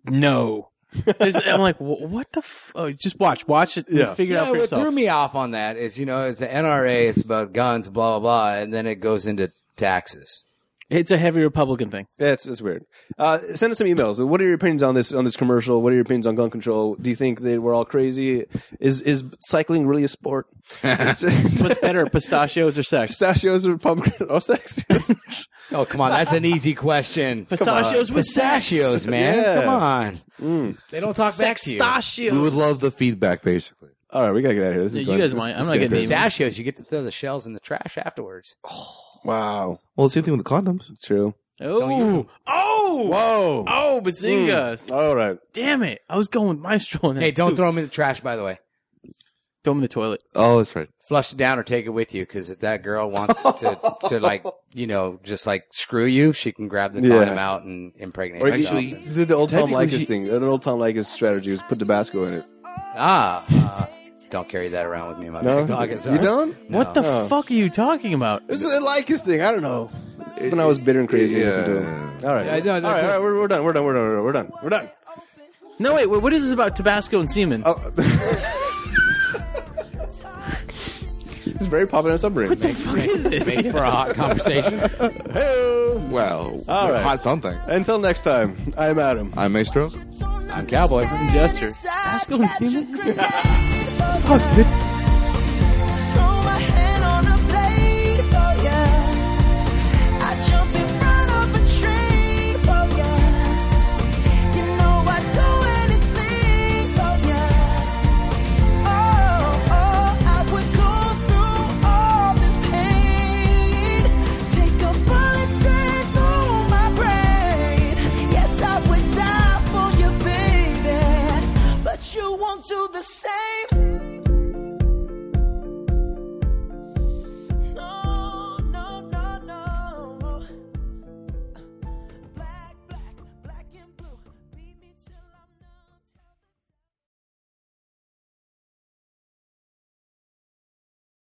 No, There's- I'm like, "Wh- what the? F-? Oh, just watch, watch it, and
Yeah.
figure it out
Yeah,
for
what threw
yourself.
me off on that is, you know, it's the NRA, it's about guns, blah, blah, blah, and then it goes into taxes.
it's a heavy Republican thing.
That's that's weird. Uh, send us some emails. What are your opinions on this on this commercial? What are your opinions on gun control? Do you think that we're all crazy? Is is cycling really a sport?
What's [LAUGHS] better, pistachios or sex?
Pistachios or pumpkin [LAUGHS] or sex?
Oh, come on. That's an
[LAUGHS]
easy question.
Pistachios with sex.
Pistachios, man.
Yeah. Mm.
Come on. They don't talk back to you.
Pistachios.
We would love the feedback, basically.
all right, we gotta get out of here. This is
Yeah, you
going-
guys
this-
mind. I'm
this is
not getting
crazy.
Pistachios, you get to throw the shells in the trash afterwards.
Wow,
Well, same thing with the condoms.
true.
Oh, oh,
Whoa.
oh, bazinga!
All right.
Damn it! I was going with Maestro. on that,
Mm. Hey, don't
too.
throw them in the trash, by the way.
throw them in the toilet.
Oh, that's right.
Flush it down or take it with you because if that girl wants to, to
[LAUGHS]
like, you know, just like screw you, she can grab the
Yeah.
condom out and impregnate
Or
herself.
Actually,
This is the old Tom
Technically,
Likas
she-
thing. An old Tom Likas strategy was put Tabasco in it.
Ah, uh, don't carry that around with me in my
No,
big pocket.
you
sorry.
don't.
What the fuck are you talking about?
This is a Likas thing. I don't know. When I was bitter and crazy, I listened to it. All right.
Yeah, I know,
all right. All
that's-
right. We're, we're done. We're done. We're done. We're done. We're done.
No, wait, wait, what is this about Tabasco and semen?
Oh. it's very popular in submarines.
What is this?
Makes for
[LAUGHS]
a hot conversation.
Hey-o.
Well,
All right.
hot something.
Until next time, I'm Adam.
I'm Maestro.
I'm cowboy.
Jester. Tabasco and semen? Fuck, dude.